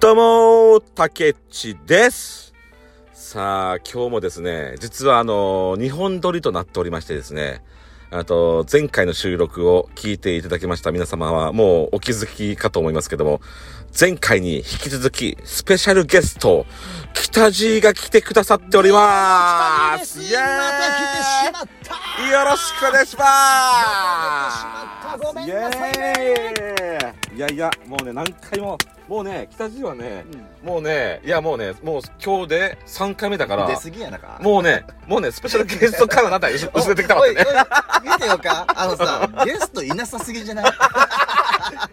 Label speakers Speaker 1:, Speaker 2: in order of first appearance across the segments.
Speaker 1: どうもたけちですさあ今日もですね実はあの日本撮りとなっておりましてですねあと前回の収録を聞いていただきました皆様はもうお気づきかと思いますけども前回に引き続きスペシャルゲスト北地が来てくださっております
Speaker 2: ま
Speaker 1: イ
Speaker 2: た来てし
Speaker 1: エーイ
Speaker 2: まった
Speaker 1: よろしくお願いします。
Speaker 2: ごめんなさいね
Speaker 1: イエーイいやいや、もうね、何回も、もうね、北地はね、もうね、いやもうね、もう今日で3回目だから
Speaker 2: 出、過ぎやなか
Speaker 1: もうね、もうね、スペシャルゲスト感がなんだ、薄薄れてきたわ
Speaker 2: おい
Speaker 1: け
Speaker 2: おい
Speaker 1: ね。
Speaker 2: おい見てよかあ のさゲストいなさすぎじゃない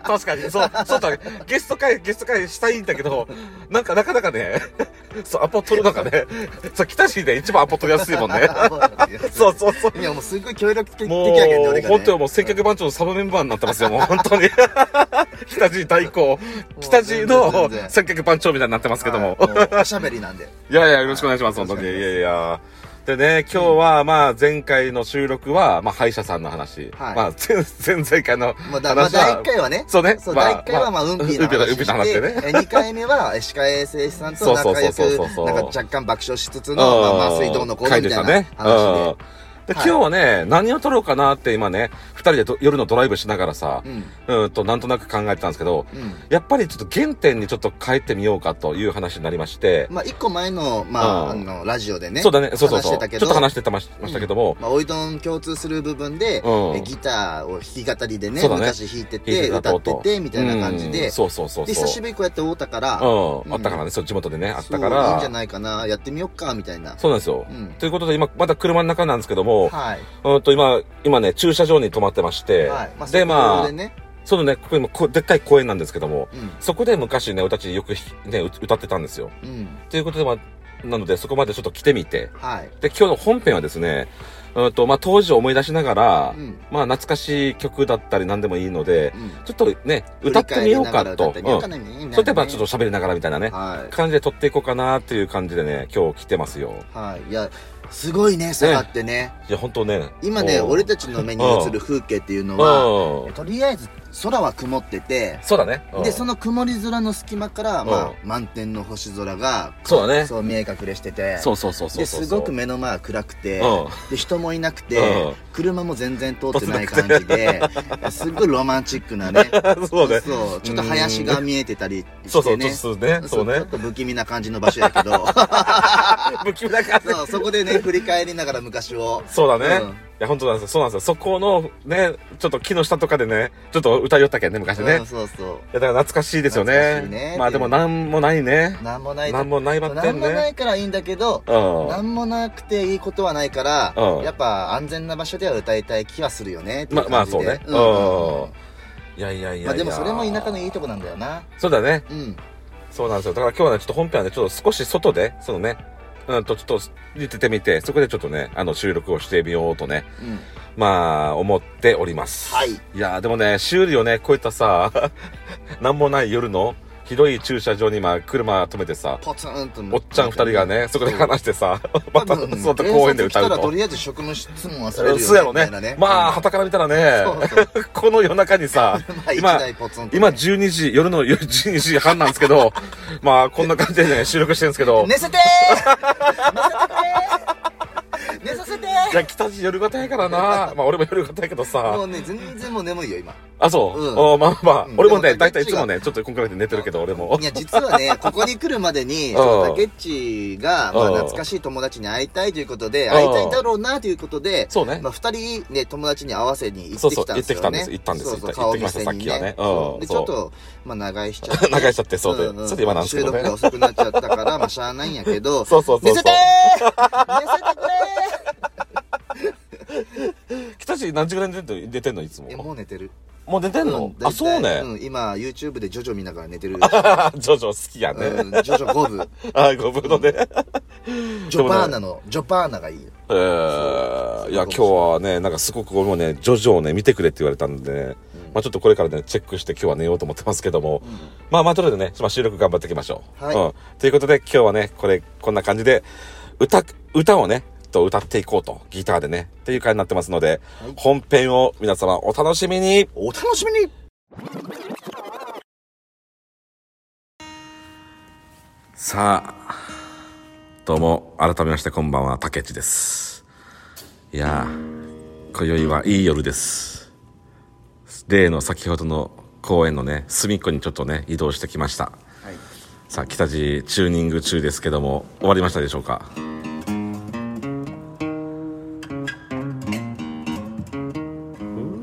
Speaker 1: 確かに、そう、そうだね、ゲスト会、ゲスト会したいんだけど、なんかなかなかね、そう、アポ取るのがね、そう、北地で一番アポ取りやすいも んね。 そうそうそう。
Speaker 2: いやもうすごい協力的
Speaker 1: もう、
Speaker 2: やけど俺がね
Speaker 1: 本当にもう接客番長のサブメンバーになってますよ、もう本当 に。北地代行、北地
Speaker 2: も
Speaker 1: の
Speaker 2: う全然全然
Speaker 1: 接客番長みたいになってますけども。
Speaker 2: はいおしゃべりなんで
Speaker 1: いやいや、よろしくお願いします、本当に。い
Speaker 2: よ
Speaker 1: や
Speaker 2: ろしくお願いします
Speaker 1: いや。でね、今日は、まあ、前回の収録は、まあ、歯医者さんの話。
Speaker 2: はい
Speaker 1: まあ、前、前々回の
Speaker 2: まあだまあ
Speaker 1: 話
Speaker 2: 第
Speaker 1: は
Speaker 2: 1。回はね
Speaker 1: そうね。
Speaker 2: そう
Speaker 1: まあ
Speaker 2: 第1回はまあ運
Speaker 1: うんぴ
Speaker 2: ピー
Speaker 1: ー
Speaker 2: の
Speaker 1: の
Speaker 2: 話
Speaker 1: 運
Speaker 2: して
Speaker 1: の話でね。
Speaker 2: 2回目はえ歯科衛生士さんと仲良く
Speaker 1: そうそうそうそうそう
Speaker 2: なんか若干爆笑しつつの
Speaker 1: うん
Speaker 2: まあ麻酔どうのこうの
Speaker 1: 回
Speaker 2: み
Speaker 1: でした
Speaker 2: いな
Speaker 1: ね。うんで、今
Speaker 2: 話はい
Speaker 1: 日はね、何を撮ろうかなって今ね、二人でど夜のドライブしながらさ
Speaker 2: で、うん
Speaker 1: うんと、なんとなく考えてたんですけど、
Speaker 2: うん
Speaker 1: やっぱりちょっと原点にちょっと帰ってみようかという話になりまして、
Speaker 2: まあ、一個前の、まあ、あ
Speaker 1: うん
Speaker 2: の、ラジオでね。
Speaker 1: そうだね、そうそう
Speaker 2: 話
Speaker 1: そ
Speaker 2: して
Speaker 1: う。
Speaker 2: た
Speaker 1: ちょ
Speaker 2: け
Speaker 1: っ
Speaker 2: ど。
Speaker 1: と話してたましましたけども、
Speaker 2: まあ、おいどん共通する部分で、
Speaker 1: うん
Speaker 2: えギターを弾き語りでね、
Speaker 1: そうだね
Speaker 2: 昔弾いて
Speaker 1: 弾い
Speaker 2: て、
Speaker 1: た
Speaker 2: 歌
Speaker 1: と
Speaker 2: ってて、みたいな感じ
Speaker 1: う
Speaker 2: で
Speaker 1: ん、そうそうそうそ
Speaker 2: で
Speaker 1: う。
Speaker 2: 久しぶりにこうやって会うたから、
Speaker 1: うん、
Speaker 2: ん
Speaker 1: あったからね、そう、地元でね、あっ
Speaker 2: そ
Speaker 1: た
Speaker 2: う
Speaker 1: か
Speaker 2: いいんじゃ
Speaker 1: ら、
Speaker 2: ないかな、やってみよっか、みたいな。
Speaker 1: そうなんですよ
Speaker 2: う。ん。
Speaker 1: ということで、今、まだ車の中なんですけども、
Speaker 2: はい。
Speaker 1: うんと、今、今ね、駐車場に止まってまして
Speaker 2: はい。、まあ、
Speaker 1: で、ま
Speaker 2: そこ
Speaker 1: あ
Speaker 2: で、ね、
Speaker 1: そのね、ここ今、こうでっかい公園なんですけども、
Speaker 2: う
Speaker 1: そこで昔ね、俺たちよくひね、う歌ってたんですよ。
Speaker 2: ん。うん。
Speaker 1: ということで、まあ、なので、そこまでちょっと来てみて、
Speaker 2: はい。
Speaker 1: で、今日の本編はですね、うんと、まあ、当時を思い出しながら、
Speaker 2: うん。
Speaker 1: まあ、懐かしい曲だったり何でもいいので
Speaker 2: う、ん。
Speaker 1: ちょっとね、歌ってみようかと。うん。
Speaker 2: 振り返りながら歌ってみようか
Speaker 1: そ
Speaker 2: なみたいなね
Speaker 1: れでまあちょっと喋りながらみたいなね、
Speaker 2: はい。
Speaker 1: 感じで撮っていこうかなっていう感じでね、今日来てますよ。
Speaker 2: はい。いや、すごいね、下がってね。
Speaker 1: いや、本当ね。
Speaker 2: 今ね、
Speaker 1: もう
Speaker 2: 俺たちの目に映る風景っていうのは、
Speaker 1: うん。
Speaker 2: とりあえず空は曇ってて、
Speaker 1: そうだね。うん
Speaker 2: で、その曇り空の隙間から、まあ、満天の星空が、
Speaker 1: そうだね。
Speaker 2: そう見え隠れしてて、
Speaker 1: そうそうそうそう
Speaker 2: で、
Speaker 1: そう。
Speaker 2: すごく目の前は暗くて、
Speaker 1: う
Speaker 2: で、人もいなく
Speaker 1: うん
Speaker 2: て、車も全然通ってない感 じで、すっごいロマンチックなね、
Speaker 1: ん。 そうね。
Speaker 2: そうちょっと林が見えてたり
Speaker 1: そうそ
Speaker 2: して
Speaker 1: う、ちょ
Speaker 2: ね、
Speaker 1: っとね。そう
Speaker 2: ちょ
Speaker 1: ね
Speaker 2: っ。と不気味な感じの場所や けど、
Speaker 1: 不気味な感じ。
Speaker 2: そうそこでね、振り返りながら昔を、
Speaker 1: そうだね。
Speaker 2: うん
Speaker 1: いや、本当なんですよ。そうなんですよ。そこの、ね、ちょっと木の下とかでね、ちょっと歌いよったけんね、昔ね。
Speaker 2: うんそうそう。
Speaker 1: いや、だから懐かしいですよ
Speaker 2: 懐
Speaker 1: ね。
Speaker 2: かしいね
Speaker 1: まあでもなんもないね。
Speaker 2: なんもないと
Speaker 1: なんもないばっ
Speaker 2: な
Speaker 1: て
Speaker 2: ん
Speaker 1: ん
Speaker 2: もな
Speaker 1: ね。
Speaker 2: いからいいんだけど、
Speaker 1: うん。
Speaker 2: なんもなくていいことはないから、
Speaker 1: うん
Speaker 2: やっぱ安全な場所では歌いたい気はするよねってい
Speaker 1: ま
Speaker 2: う
Speaker 1: まあ
Speaker 2: 感
Speaker 1: そう
Speaker 2: じで
Speaker 1: ね。うん
Speaker 2: んんうん。
Speaker 1: いやいやいやいや。
Speaker 2: まあでもそれも田舎のいいとこなんだよな
Speaker 1: そうだね。
Speaker 2: うん
Speaker 1: そうなんですよ。だから今日はね、ちょっと本編はね、ちょっと少し外で、そのね、うんと、ちょっと言っててみて、そこでちょっとね、あの、収録をしてみようとね、
Speaker 2: うん
Speaker 1: まあ、思っております。
Speaker 2: はい
Speaker 1: いやーでもね、修理をね、こういったさ、 なんもない夜の、広い駐車場に今、車止めてさ、
Speaker 2: ポツンと
Speaker 1: おっちゃん二人がね、そこで話してさ、また、そうと公園で歌う
Speaker 2: 警察来たらと
Speaker 1: と。
Speaker 2: りあえず職務質問はされるよね
Speaker 1: そうやろ
Speaker 2: みた
Speaker 1: ね
Speaker 2: いなね。
Speaker 1: まあ、
Speaker 2: うん
Speaker 1: 旗から見たらね
Speaker 2: そうそう、
Speaker 1: この夜中にさ
Speaker 2: まあ、一
Speaker 1: 今、
Speaker 2: 台ポツンとね
Speaker 1: 今12時、夜の12時半なんですけど、まあこんな感じでね、収録してるんですけど、
Speaker 2: 寝せて ー寝せてー寝させて
Speaker 1: いや、北地夜型やからな。まあ俺も夜型やけど
Speaker 2: ーも
Speaker 1: さ。
Speaker 2: うね全然もう眠いよ今
Speaker 1: あ、そう。
Speaker 2: うん
Speaker 1: おまあまあ、
Speaker 2: うん
Speaker 1: 俺も
Speaker 2: で
Speaker 1: ね、
Speaker 2: も
Speaker 1: だいたいいつもね、ちょっと今回で寝てるけど、俺も
Speaker 2: い。や、実 はね、ここに来るまでに、そのタケッチが、まあ、
Speaker 1: うん
Speaker 2: 懐かしい友達に会いたいということで、
Speaker 1: ん
Speaker 2: 会いたいだろうなということで、
Speaker 1: そうね
Speaker 2: ま。あ、二人ね、友達に会わせに行
Speaker 1: そう
Speaker 2: って
Speaker 1: そう
Speaker 2: きたんです
Speaker 1: 行ってき
Speaker 2: よ、
Speaker 1: たん
Speaker 2: ね。
Speaker 1: です行ったんです
Speaker 2: そうそう、
Speaker 1: 行
Speaker 2: 顔
Speaker 1: ってきま
Speaker 2: 見
Speaker 1: した
Speaker 2: せに
Speaker 1: さっきはね
Speaker 2: ね。
Speaker 1: うん
Speaker 2: そうで、ち
Speaker 1: そ
Speaker 2: ょ
Speaker 1: う
Speaker 2: っと、まあ、長居しちゃっ て。
Speaker 1: 長居しちゃって、そうで。
Speaker 2: んん
Speaker 1: それで今なんですけ
Speaker 2: 収
Speaker 1: ど
Speaker 2: 録が
Speaker 1: ね。
Speaker 2: 遅くなっちゃったから、まあ、しゃあないんやけ ど、
Speaker 1: そうそうそうそう
Speaker 2: 寝せて ー寝せてく
Speaker 1: 北地何時ぐらいに出てんの出てんのいつ
Speaker 2: れーえ、
Speaker 1: も。
Speaker 2: もう寝てる。
Speaker 1: もう寝てん
Speaker 2: う
Speaker 1: の
Speaker 2: ん
Speaker 1: あ、そうね。
Speaker 2: うん、今、YouTube でジョジョ見ながら寝てる。
Speaker 1: ジョジョ好きや
Speaker 2: う
Speaker 1: ね。
Speaker 2: ん、ジョジョ5部。
Speaker 1: あ、ごぶのね。
Speaker 2: ジョバーナの、ジョバーナがいいよ。
Speaker 1: えー、いや、今日はね、なんかすごく俺もね、ジョジョをね、見てくれって言われたんでね、まあちょっとこれからね、チェックして今日は寝ようと思ってますけども、まあまあとりあえずね、まあ収録頑張っていきましょう。
Speaker 2: はい
Speaker 1: うん。ということで、今日はね、これ、こんな感じで、歌、歌をね、と歌っていこうと、ギターでね、っていう感じになってますので、
Speaker 2: はい
Speaker 1: 本編を皆様お楽しみに
Speaker 2: お楽しみに
Speaker 1: さあどうも改めましてこんばんは竹内ですいやー今宵はいい夜です例の先ほどの公園のね隅っこにちょっとね移動してきました
Speaker 2: はい、
Speaker 1: さあ北地チューニング中ですけども終わりましたでしょうか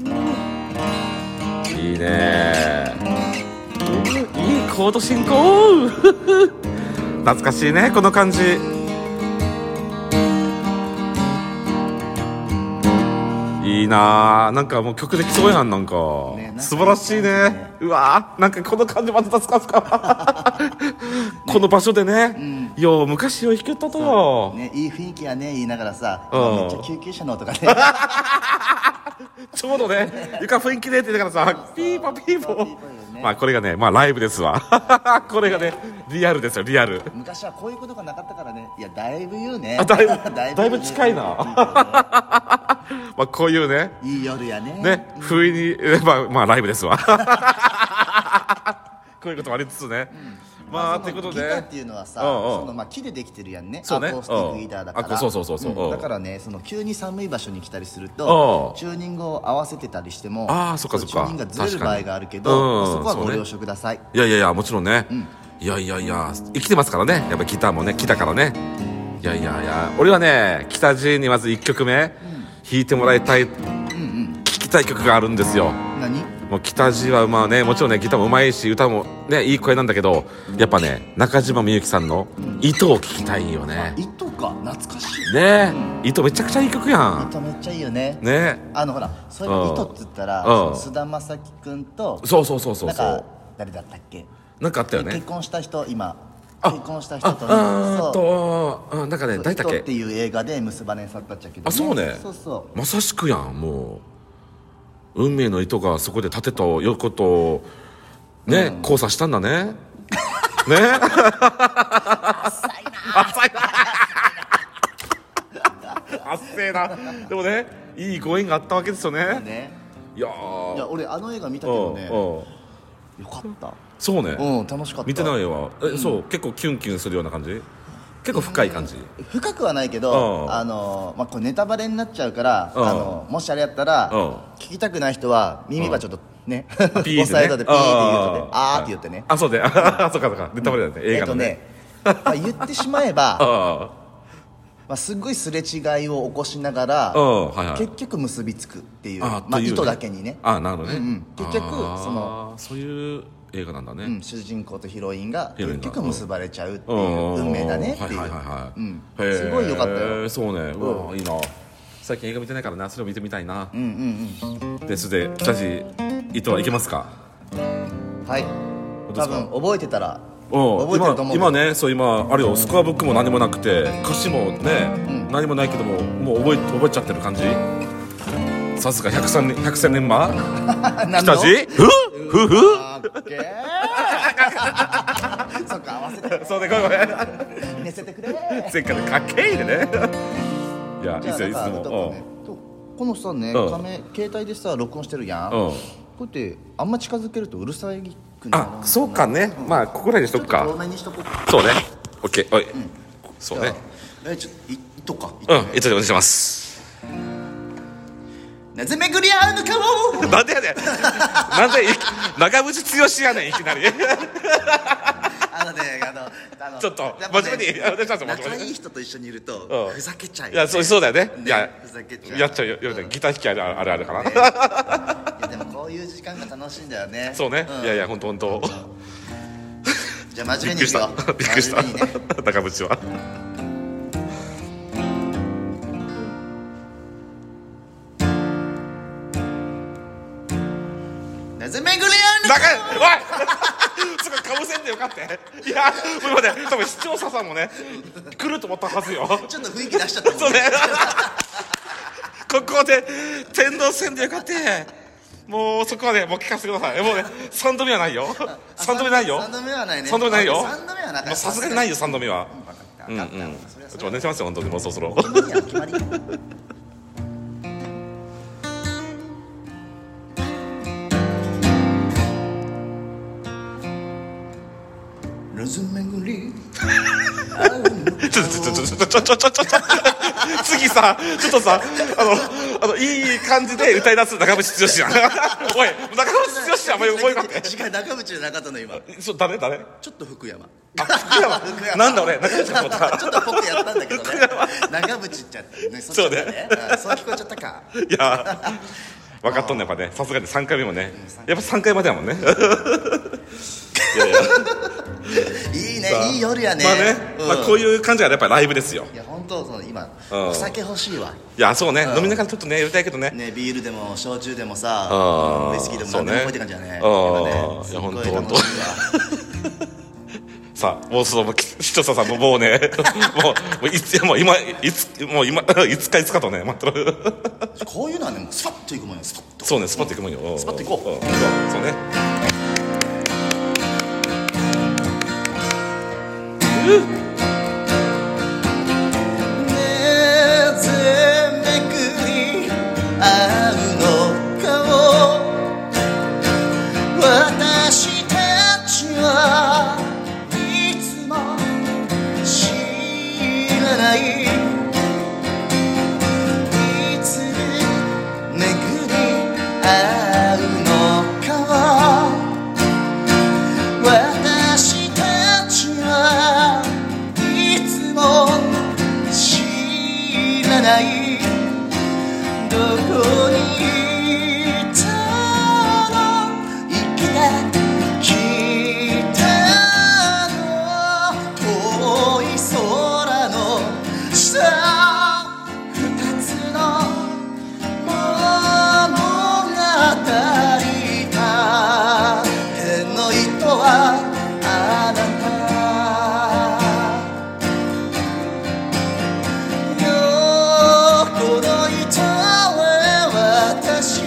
Speaker 1: うんいいねうんいいコード進行 懐かしいねこの感じいいなあなんかもう曲できそうやんなんか、
Speaker 2: ね
Speaker 1: 素晴らしいねうわーなんかこの感じまた懐かしかこの場所でね、よう昔を弾けたとよ、
Speaker 2: ね、いい雰囲気やね言いながらさ
Speaker 1: うん
Speaker 2: めっちゃ救急車の音が ね
Speaker 1: ちょうどね床雰囲気でって言ったからさピーポーピーポ
Speaker 2: ピーポーよ
Speaker 1: ー
Speaker 2: ね
Speaker 1: まあこれがねまあライブですわ これがねリアルですよリアル
Speaker 2: 昔はこういうことがなかったからねいや だいぶ言うね
Speaker 1: あだいぶ
Speaker 2: 言うね
Speaker 1: だいぶ近いなまあこういうね
Speaker 2: いい夜やね
Speaker 1: ね、不意に、 えまあ、まあ、ライブですわ。 こういうこともありつつね。まあ、ということ
Speaker 2: ギター
Speaker 1: で
Speaker 2: っ。ていうのはさ
Speaker 1: うんうん
Speaker 2: そのまあ木でできてるやんね
Speaker 1: そうね
Speaker 2: アコースティックギターだか
Speaker 1: うんあ
Speaker 2: ら
Speaker 1: そうそうそうそうん
Speaker 2: だからねその急に寒い場所に来たりする
Speaker 1: う
Speaker 2: と
Speaker 1: ん
Speaker 2: チューニングを合わせてたりしても
Speaker 1: あーそっかそっか
Speaker 2: チューニングがずれる
Speaker 1: 確
Speaker 2: 場
Speaker 1: かに
Speaker 2: 合があるけ
Speaker 1: うん
Speaker 2: どまあそこは
Speaker 1: そう
Speaker 2: ご
Speaker 1: ね
Speaker 2: 了承ください
Speaker 1: いやいやいや、もちろんね。いやいやいや、生きてますからね。やっぱギターもね、来たからね。いやいやいや、俺はね、北地にまず1曲目、弾いてもらいたい、聴きたい曲があるんですよ。
Speaker 2: 何
Speaker 1: もう北地はまあね、もちろんね、ギターもうまいし、歌もね、いい声なんだけど、やっぱね、中島みゆきさんの糸を聴きたいよね。
Speaker 2: 糸か懐かしい
Speaker 1: ねえ、糸めちゃくちゃいい曲やん。
Speaker 2: 糸めっちゃいいよね
Speaker 1: ねえ。
Speaker 2: あのほらそれ糸っつった
Speaker 1: うん
Speaker 2: らその菅田将暉君と
Speaker 1: そうそうそうそう
Speaker 2: なん
Speaker 1: そ
Speaker 2: か
Speaker 1: う。
Speaker 2: 誰だったっけ
Speaker 1: なんかあったよね
Speaker 2: 結。婚した人今
Speaker 1: あ
Speaker 2: 結婚した人と
Speaker 1: あー
Speaker 2: そ
Speaker 1: っ
Speaker 2: う
Speaker 1: と、うんなんかね、誰だっ
Speaker 2: 糸っ
Speaker 1: け
Speaker 2: て。いう映画で結ばれんさったっちゃけど、
Speaker 1: あ、そうね
Speaker 2: そうそ。
Speaker 1: まさしくやん、もう。運命の糸がそこで盾と横と。ね、交差したんだ ね。ね。浅いな。浅いな。浅いな。でもね、いいご縁があったわけですよ
Speaker 2: う
Speaker 1: ね。
Speaker 2: ね
Speaker 1: いや
Speaker 2: い
Speaker 1: ー。
Speaker 2: や俺あの映画見た
Speaker 1: う
Speaker 2: け
Speaker 1: ん
Speaker 2: どねよ
Speaker 1: うん
Speaker 2: かった
Speaker 1: そうね。
Speaker 2: うん楽しかった
Speaker 1: 見てないわえそう結構キュンキュンするような感じ結構深い感じ
Speaker 2: 深くはないけ
Speaker 1: う
Speaker 2: ど
Speaker 1: ん
Speaker 2: あの、まあ、これネタバレになっちゃうから
Speaker 1: うん
Speaker 2: あのもしあれやったら
Speaker 1: うん
Speaker 2: 聞きたくない人は耳がちょっとね押
Speaker 1: ピーって
Speaker 2: さえと
Speaker 1: ね
Speaker 2: でピーって言うとね
Speaker 1: あ
Speaker 2: あーって言ってね
Speaker 1: あそうで あそうかそうかネタバレだね映
Speaker 2: えっ
Speaker 1: 画
Speaker 2: と
Speaker 1: のね
Speaker 2: ねまあ言ってしまえば、
Speaker 1: あ
Speaker 2: まあ、すごいすれ違いを起こしながら
Speaker 1: あうんはいはい
Speaker 2: 結局結びつくっていう
Speaker 1: あ
Speaker 2: まあ、
Speaker 1: というね
Speaker 2: 糸だけにね、
Speaker 1: あなるほど
Speaker 2: うんう
Speaker 1: ね
Speaker 2: ん結局
Speaker 1: あー
Speaker 2: その
Speaker 1: そういう映画なんだ
Speaker 2: う
Speaker 1: ね
Speaker 2: ん、主人公とヒロインが
Speaker 1: ヒロイ
Speaker 2: 結
Speaker 1: ンが
Speaker 2: 局結ばれちゃうってい
Speaker 1: うん
Speaker 2: う運命だねっていう
Speaker 1: はいはいはい
Speaker 2: うん
Speaker 1: はいへー
Speaker 2: すごい良かったよ
Speaker 1: そうねうわいいな最近映画見てないからなそれを見てみたいな
Speaker 2: うんうん
Speaker 1: ですで北地糸はいけますか
Speaker 2: うんはい
Speaker 1: 当で
Speaker 2: 多
Speaker 1: すか
Speaker 2: 分覚えてたら
Speaker 1: うん
Speaker 2: 覚えてると思う
Speaker 1: 今今ねそう今あるよスコアブックも何もなくて歌詞もね、何もないけどももう覚え覚えちゃってる感じさすが103年1 0年間
Speaker 2: 何
Speaker 1: 北
Speaker 2: の
Speaker 1: 地ふふふ
Speaker 2: かっ けーそっか合わせて
Speaker 1: そうねごめんごめん
Speaker 2: 寝せてくれー
Speaker 1: 前回のかっけいで ねいやいい
Speaker 2: じ
Speaker 1: っ
Speaker 2: ゃあ
Speaker 1: すよ
Speaker 2: だ
Speaker 1: いいつ
Speaker 2: からだから
Speaker 1: も、
Speaker 2: ねとこのさね
Speaker 1: うん
Speaker 2: 画面携帯でさ録音してるやん
Speaker 1: う
Speaker 2: こ
Speaker 1: んうん
Speaker 2: うやってあんま近づけるとうるさいくなる
Speaker 1: あそうかねまあここらいにしとく
Speaker 2: 多
Speaker 1: か
Speaker 2: めにしとこう
Speaker 1: そうねオッケーおい、そう
Speaker 2: じゃ
Speaker 1: ね
Speaker 2: あえちょっとい糸か糸
Speaker 1: うん
Speaker 2: ね
Speaker 1: いつでお願いし ます
Speaker 2: なぜ巡り合うのかを
Speaker 1: なんでやねん なんでい長渕剛やねんいき なり
Speaker 2: あのね、あの、あの
Speaker 1: ちょっと
Speaker 2: やぱね
Speaker 1: 真面目にお願いします真面目に
Speaker 2: 仲いい人と一緒にいる
Speaker 1: う
Speaker 2: と
Speaker 1: ん、
Speaker 2: ふざけちゃうよ。
Speaker 1: いやそうそうだよね
Speaker 2: ね
Speaker 1: いや
Speaker 2: ふざけちゃう
Speaker 1: やっちゃうよよねギター弾きあるあるあるから、
Speaker 2: いやでもこういう時間が楽しいんだよ ね。
Speaker 1: そうね、
Speaker 2: ん
Speaker 1: いやいや本当本当
Speaker 2: じゃあ真
Speaker 1: びっく
Speaker 2: 面目に
Speaker 1: り
Speaker 2: い
Speaker 1: し
Speaker 2: くよ
Speaker 1: た びっくりした、
Speaker 2: 真面目にね
Speaker 1: 高渕は
Speaker 2: なぜ巡り合うの
Speaker 1: 長いおい そこかぶせんでよかったいやもう今ね多分視聴者さんもね来ると思ったはずよ
Speaker 2: ちょっと雰囲気出しちゃったもん
Speaker 1: そうねここで天童せんでよかったもうそこはねもう聞かせてくださいもうね3度目はないよ3度目ないよ
Speaker 2: 三度目はないね。
Speaker 1: 三度目ないよ
Speaker 2: 三度目はなか
Speaker 1: まあさすがにないよ3度目は
Speaker 2: 分かった。
Speaker 1: う
Speaker 2: 分
Speaker 1: んう
Speaker 2: か
Speaker 1: ん
Speaker 2: っ
Speaker 1: ち
Speaker 2: た。そ
Speaker 1: ょっ
Speaker 2: りゃそ
Speaker 1: とお願いしますよ本当にもうそろそろ
Speaker 2: うだよ決まりや決まり。なず巡り
Speaker 1: ちょちょちょちょちょちょちょちょちょ次さちょっとさあのあのいい感じで歌い出す中渕剛やんおい中渕剛やんお前思い浮かべ
Speaker 2: 違う中渕じゃなかったの今
Speaker 1: そう誰誰
Speaker 2: ちょっと福山
Speaker 1: あ福山なんだ俺中渕だと思った
Speaker 2: ちょっと僕やったんだけどね長渕っちゃってね
Speaker 1: そうね
Speaker 2: そっちだうんそう聞こえちゃっ たか
Speaker 1: いや分かっとんねやっぱねさすがに3回目もねやっぱ3回までやもんねいやいや
Speaker 2: いい
Speaker 1: さあ
Speaker 2: ねいい夜やね
Speaker 1: まあね、まあ、こう
Speaker 2: い
Speaker 1: いう感じがやっぱりライブですよ
Speaker 2: いや本当その今
Speaker 1: うん
Speaker 2: お酒欲しいわ
Speaker 1: いやそうね、飲みながらちょっとねやりたいけどね
Speaker 2: ねビールでも焼酎でも
Speaker 1: あ
Speaker 2: さ
Speaker 1: ー
Speaker 2: ウイスキーでも
Speaker 1: そう
Speaker 2: 何
Speaker 1: ね
Speaker 2: でも覚えて感じやね
Speaker 1: あー
Speaker 2: 今ね
Speaker 1: いや本当
Speaker 2: すっご楽しいわ
Speaker 1: さあもうそのもうき視聴者さんももうね もうもういつもう今いつもう今 いつかいつかとね待ってる
Speaker 2: こういうのはねもうスパッといくもんよスパッと
Speaker 1: そうねスパッといくもんよス
Speaker 2: パッと行こう
Speaker 1: そうね
Speaker 2: ねぜめくり合うのかを私たちはいつも知らないいつめぐり合うのかを私たちはいつも知らないどこにいたの生きてきたの遠い空の下二つの物語だ天の糸はあなた横の糸は私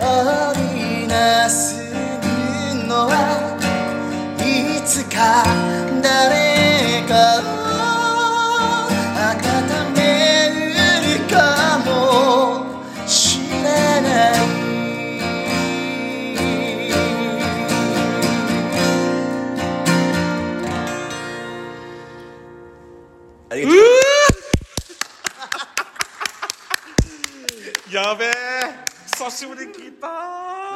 Speaker 2: 織りなすのはいつか誰かを温めるかもしれないありがとう
Speaker 1: やべえ久しぶりに聞いたー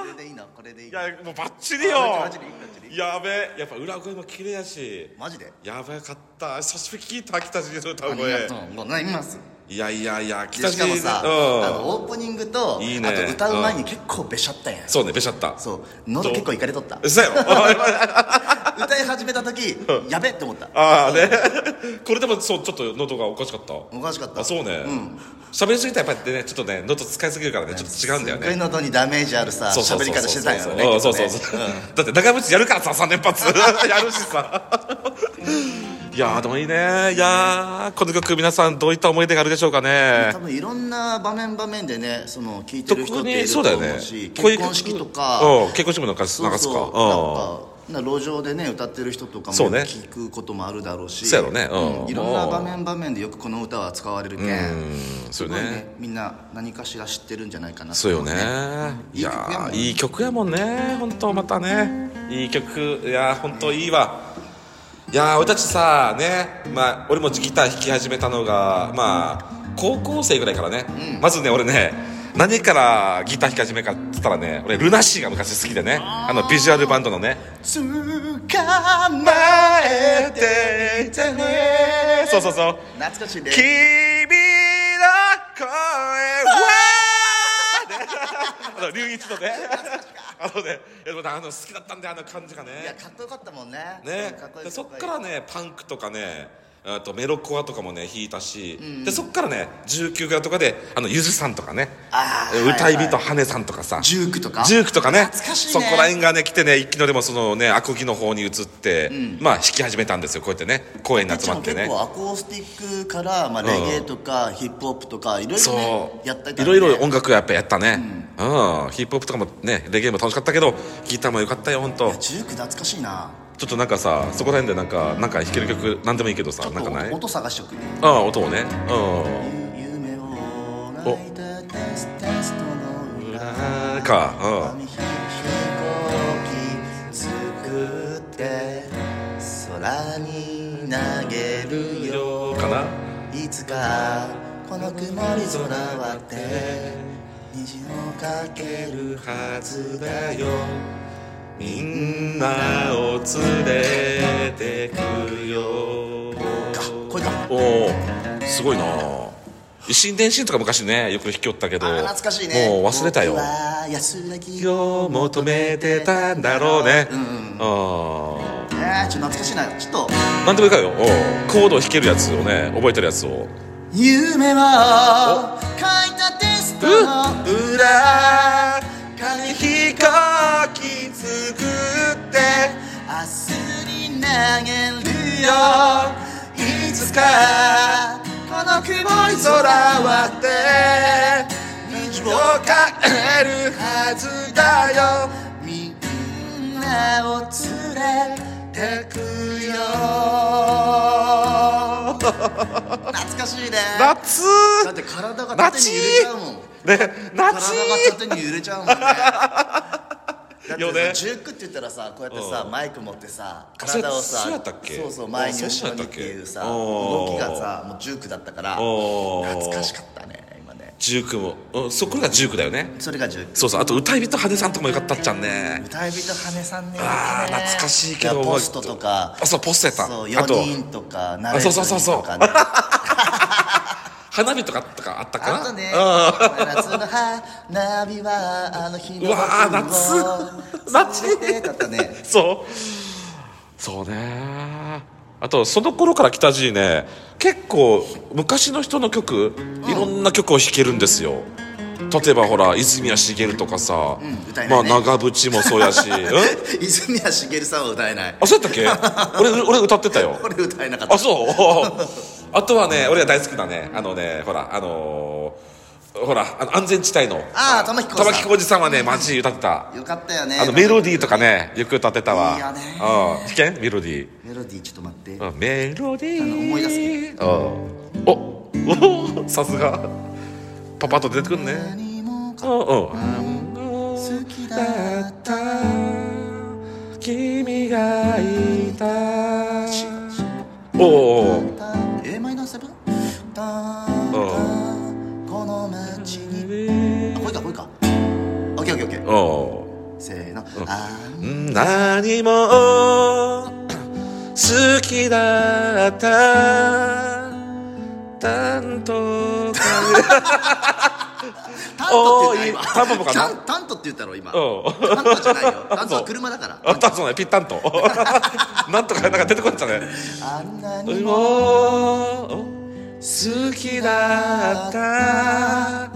Speaker 2: これでいいのこれでいい
Speaker 1: い
Speaker 2: の
Speaker 1: やもうバッチリよ
Speaker 2: あマジでいいマジでいい
Speaker 1: やべえやっぱ裏声も綺麗やし
Speaker 2: マジで
Speaker 1: やばかった久しぶりに聞いた北尻の歌
Speaker 2: あり
Speaker 1: 声
Speaker 2: がとうございます
Speaker 1: いやいやいや
Speaker 2: で
Speaker 1: 北
Speaker 2: しか
Speaker 1: 尻
Speaker 2: もさ、
Speaker 1: うん
Speaker 2: あのオープニングと
Speaker 1: いいね
Speaker 2: あと歌う前に結構べしゃったやん、
Speaker 1: そうねべしゃった
Speaker 2: そう喉結構いかれとった
Speaker 1: うそやろ
Speaker 2: 歌い始めた時やべって思った
Speaker 1: ああね これでもそうちょっと喉がおかしかった
Speaker 2: おかしかった
Speaker 1: あそうね喋、りすぎたらやっぱりねちょっとね喉使いすぎるからねちょっと違うんだよ
Speaker 2: すっごい
Speaker 1: ね
Speaker 2: 喉にダメージあるさ
Speaker 1: そうそう
Speaker 2: 喋
Speaker 1: そうそ
Speaker 2: り
Speaker 1: う
Speaker 2: 方してたんやろ
Speaker 1: う
Speaker 2: ね
Speaker 1: んそうそうそう、だって長渕やるからさ3連発 やるしさいやーでもいいねいやーこの曲皆さんどういった思い出があるでしょうかね
Speaker 2: 多分いろんな場面場面でねその聞いてる人っ
Speaker 1: 特
Speaker 2: てい
Speaker 1: に
Speaker 2: る
Speaker 1: そ
Speaker 2: と
Speaker 1: うだ
Speaker 2: 思
Speaker 1: よね
Speaker 2: うし
Speaker 1: こういう
Speaker 2: 結婚式と
Speaker 1: う
Speaker 2: か
Speaker 1: ん結婚式もなんか流すか
Speaker 2: そうそう
Speaker 1: うん
Speaker 2: なんかな路上でね歌ってる人とかも
Speaker 1: そうね
Speaker 2: 聞くこともあるだろうし
Speaker 1: そうやろねうん
Speaker 2: いろんな場面場面でよくこの歌は使われるけん
Speaker 1: うんそうよ
Speaker 2: すごい
Speaker 1: ね
Speaker 2: みんな何かしら知ってるんじゃないかな
Speaker 1: そうよね
Speaker 2: うん
Speaker 1: いやー
Speaker 2: い
Speaker 1: いい曲やもんね本当またねいい曲いやー本当いいわいやー俺たちさねまあ俺もギター弾き始めたのがまあ高校生ぐらいからね、まずね俺ね何からギター弾き始めかって言ったらね俺ルナシーが昔好きでねあのビジュアルバンドのね
Speaker 2: つかまえていてね
Speaker 1: そうそうそう
Speaker 2: 懐かしいね
Speaker 1: 君の声はあ の龍一のねあのねいやでもあの好きだったんであの感じが
Speaker 2: いや
Speaker 1: ね
Speaker 2: かっこよかったもんね
Speaker 1: ね
Speaker 2: かっこよ
Speaker 1: で
Speaker 2: か
Speaker 1: そっからねパンクとかねあとメロコアとかもね弾いたし、でそっからね19ぐらいとかであのゆずさんとかね
Speaker 2: あー
Speaker 1: 歌い人
Speaker 2: は
Speaker 1: 羽根さんとかさ
Speaker 2: ジュークとか
Speaker 1: ジュークとかね
Speaker 2: 懐かしい
Speaker 1: そ
Speaker 2: ね
Speaker 1: こら辺がね来てね一気のでもそのねアコギの方に移って、まあ弾き始めたんですよこうやってね公園に集まってね
Speaker 2: 結構アコースティックから、まあ、レゲエとかヒップホップとかいろいろね
Speaker 1: そう
Speaker 2: やったり
Speaker 1: いろいろ音楽やっぱやったね、うんヒップホップとかもねレゲエも楽しかったけどギターも良かったよ本当
Speaker 2: ジューク懐かしいな
Speaker 1: ちょっとなんかさそこら辺でなんかなんか弾ける曲なんでもいいけどさ
Speaker 2: ちょっ
Speaker 1: なん
Speaker 2: と
Speaker 1: かない
Speaker 2: 音音探しておく
Speaker 1: ああ音をねう
Speaker 2: ゆ夢を泣いたテステストの裏
Speaker 1: んか
Speaker 2: 紙飛行機って空に投げるよ
Speaker 1: かない
Speaker 2: つかこの曇り空はって虹をかけるはずだよ
Speaker 1: みんなを連れてくよ
Speaker 2: これか
Speaker 1: おおすごいな一心伝心とか昔ねよく弾きよったけど
Speaker 2: あー懐かしいね
Speaker 1: もう忘れたよ
Speaker 2: 僕は安らぎ
Speaker 1: を求めてたんだろうね、
Speaker 2: うんうん
Speaker 1: あ
Speaker 2: えー、ちょっと懐かしいなちょっと
Speaker 1: あなんでもいいかよおうコードを弾けるやつをね覚えてるやつを
Speaker 2: 夢は書いたテストの裏紙飛行機作って明日に投げるよいつかこの曇り空はって虹をかけるはずだよみんなを連れてくよ懐かしいね
Speaker 1: 夏
Speaker 2: だって体が縦に揺れちゃうもん
Speaker 1: ね
Speaker 2: 体が
Speaker 1: 夏
Speaker 2: 縦に揺れちゃうもんね
Speaker 1: よ
Speaker 2: だ
Speaker 1: ね
Speaker 2: ってさ19って言ったらさこうやってさ、
Speaker 1: うん
Speaker 2: マイク持ってさ
Speaker 1: あそれ
Speaker 2: 体をさ
Speaker 1: そうやったっけ
Speaker 2: そうそう前に
Speaker 1: あそう
Speaker 2: 後
Speaker 1: やった
Speaker 2: ろにっ
Speaker 1: ってけ
Speaker 2: いうさ
Speaker 1: おー
Speaker 2: 動きがさもう19だったから
Speaker 1: おー
Speaker 2: 懐かしかったね今ね
Speaker 1: 19も、うん、そこが19だよね
Speaker 2: それが19
Speaker 1: そうそうあと歌い人羽根さんとかもよかったっちゃんね
Speaker 2: 歌い人羽さんね
Speaker 1: あー
Speaker 2: いいね
Speaker 1: 懐かしいけど
Speaker 2: やポストとか
Speaker 1: あそうポストやった
Speaker 2: そう
Speaker 1: あと
Speaker 2: 4人とかナレーシ
Speaker 1: あそ
Speaker 2: ョンとかね
Speaker 1: うそうそうそう花火とかとかあったかな
Speaker 2: あと
Speaker 1: う
Speaker 2: ね
Speaker 1: ん
Speaker 2: 夏の花火はあの日の
Speaker 1: うわー
Speaker 2: 僕を
Speaker 1: 夏
Speaker 2: 連れてだった ね
Speaker 1: そうそうねあとその頃から来た G ね結構昔の人の曲いろんな曲を弾けるんですよ、例えばほら泉谷しげるとかさ、
Speaker 2: ん歌えな
Speaker 1: ま
Speaker 2: い
Speaker 1: あ
Speaker 2: ね
Speaker 1: 長渕もそう やしん
Speaker 2: 泉谷しげるさんは歌えない
Speaker 1: あそうやったっけ俺俺歌ってたよ
Speaker 2: これ歌えなかった
Speaker 1: あそう あとはね俺が大好きなねあのねほらあのーほらあの安全地帯の
Speaker 2: あー玉置浩二さん
Speaker 1: 玉置浩二さんはねマジ歌ってた
Speaker 2: よかったよね
Speaker 1: あのメロディーとかねよく歌ってたわ
Speaker 2: いいよね
Speaker 1: うん弾けんメロディー
Speaker 2: メロディーちょっと待って
Speaker 1: あメロディー
Speaker 2: あの思い出す
Speaker 1: あおおさすがパパッと出てくるね
Speaker 2: 何も
Speaker 1: う
Speaker 2: か
Speaker 1: んうん
Speaker 2: 好きだった
Speaker 1: 君がいたおお
Speaker 2: A マイナーセブンこの街にあこれかこれかオッケーオッケーオッケー
Speaker 1: おお
Speaker 2: せーのあ
Speaker 1: 何も好き だった 担当
Speaker 2: タントって言った
Speaker 1: おーい
Speaker 2: 今
Speaker 1: タンポポかな
Speaker 2: タンタントって言ったろ今タ
Speaker 1: おう
Speaker 2: ントじゃないよタントは車だから
Speaker 1: あったそうねぴったんと なんとかなんか出てこなかったね
Speaker 2: あんなにも
Speaker 1: も好きだった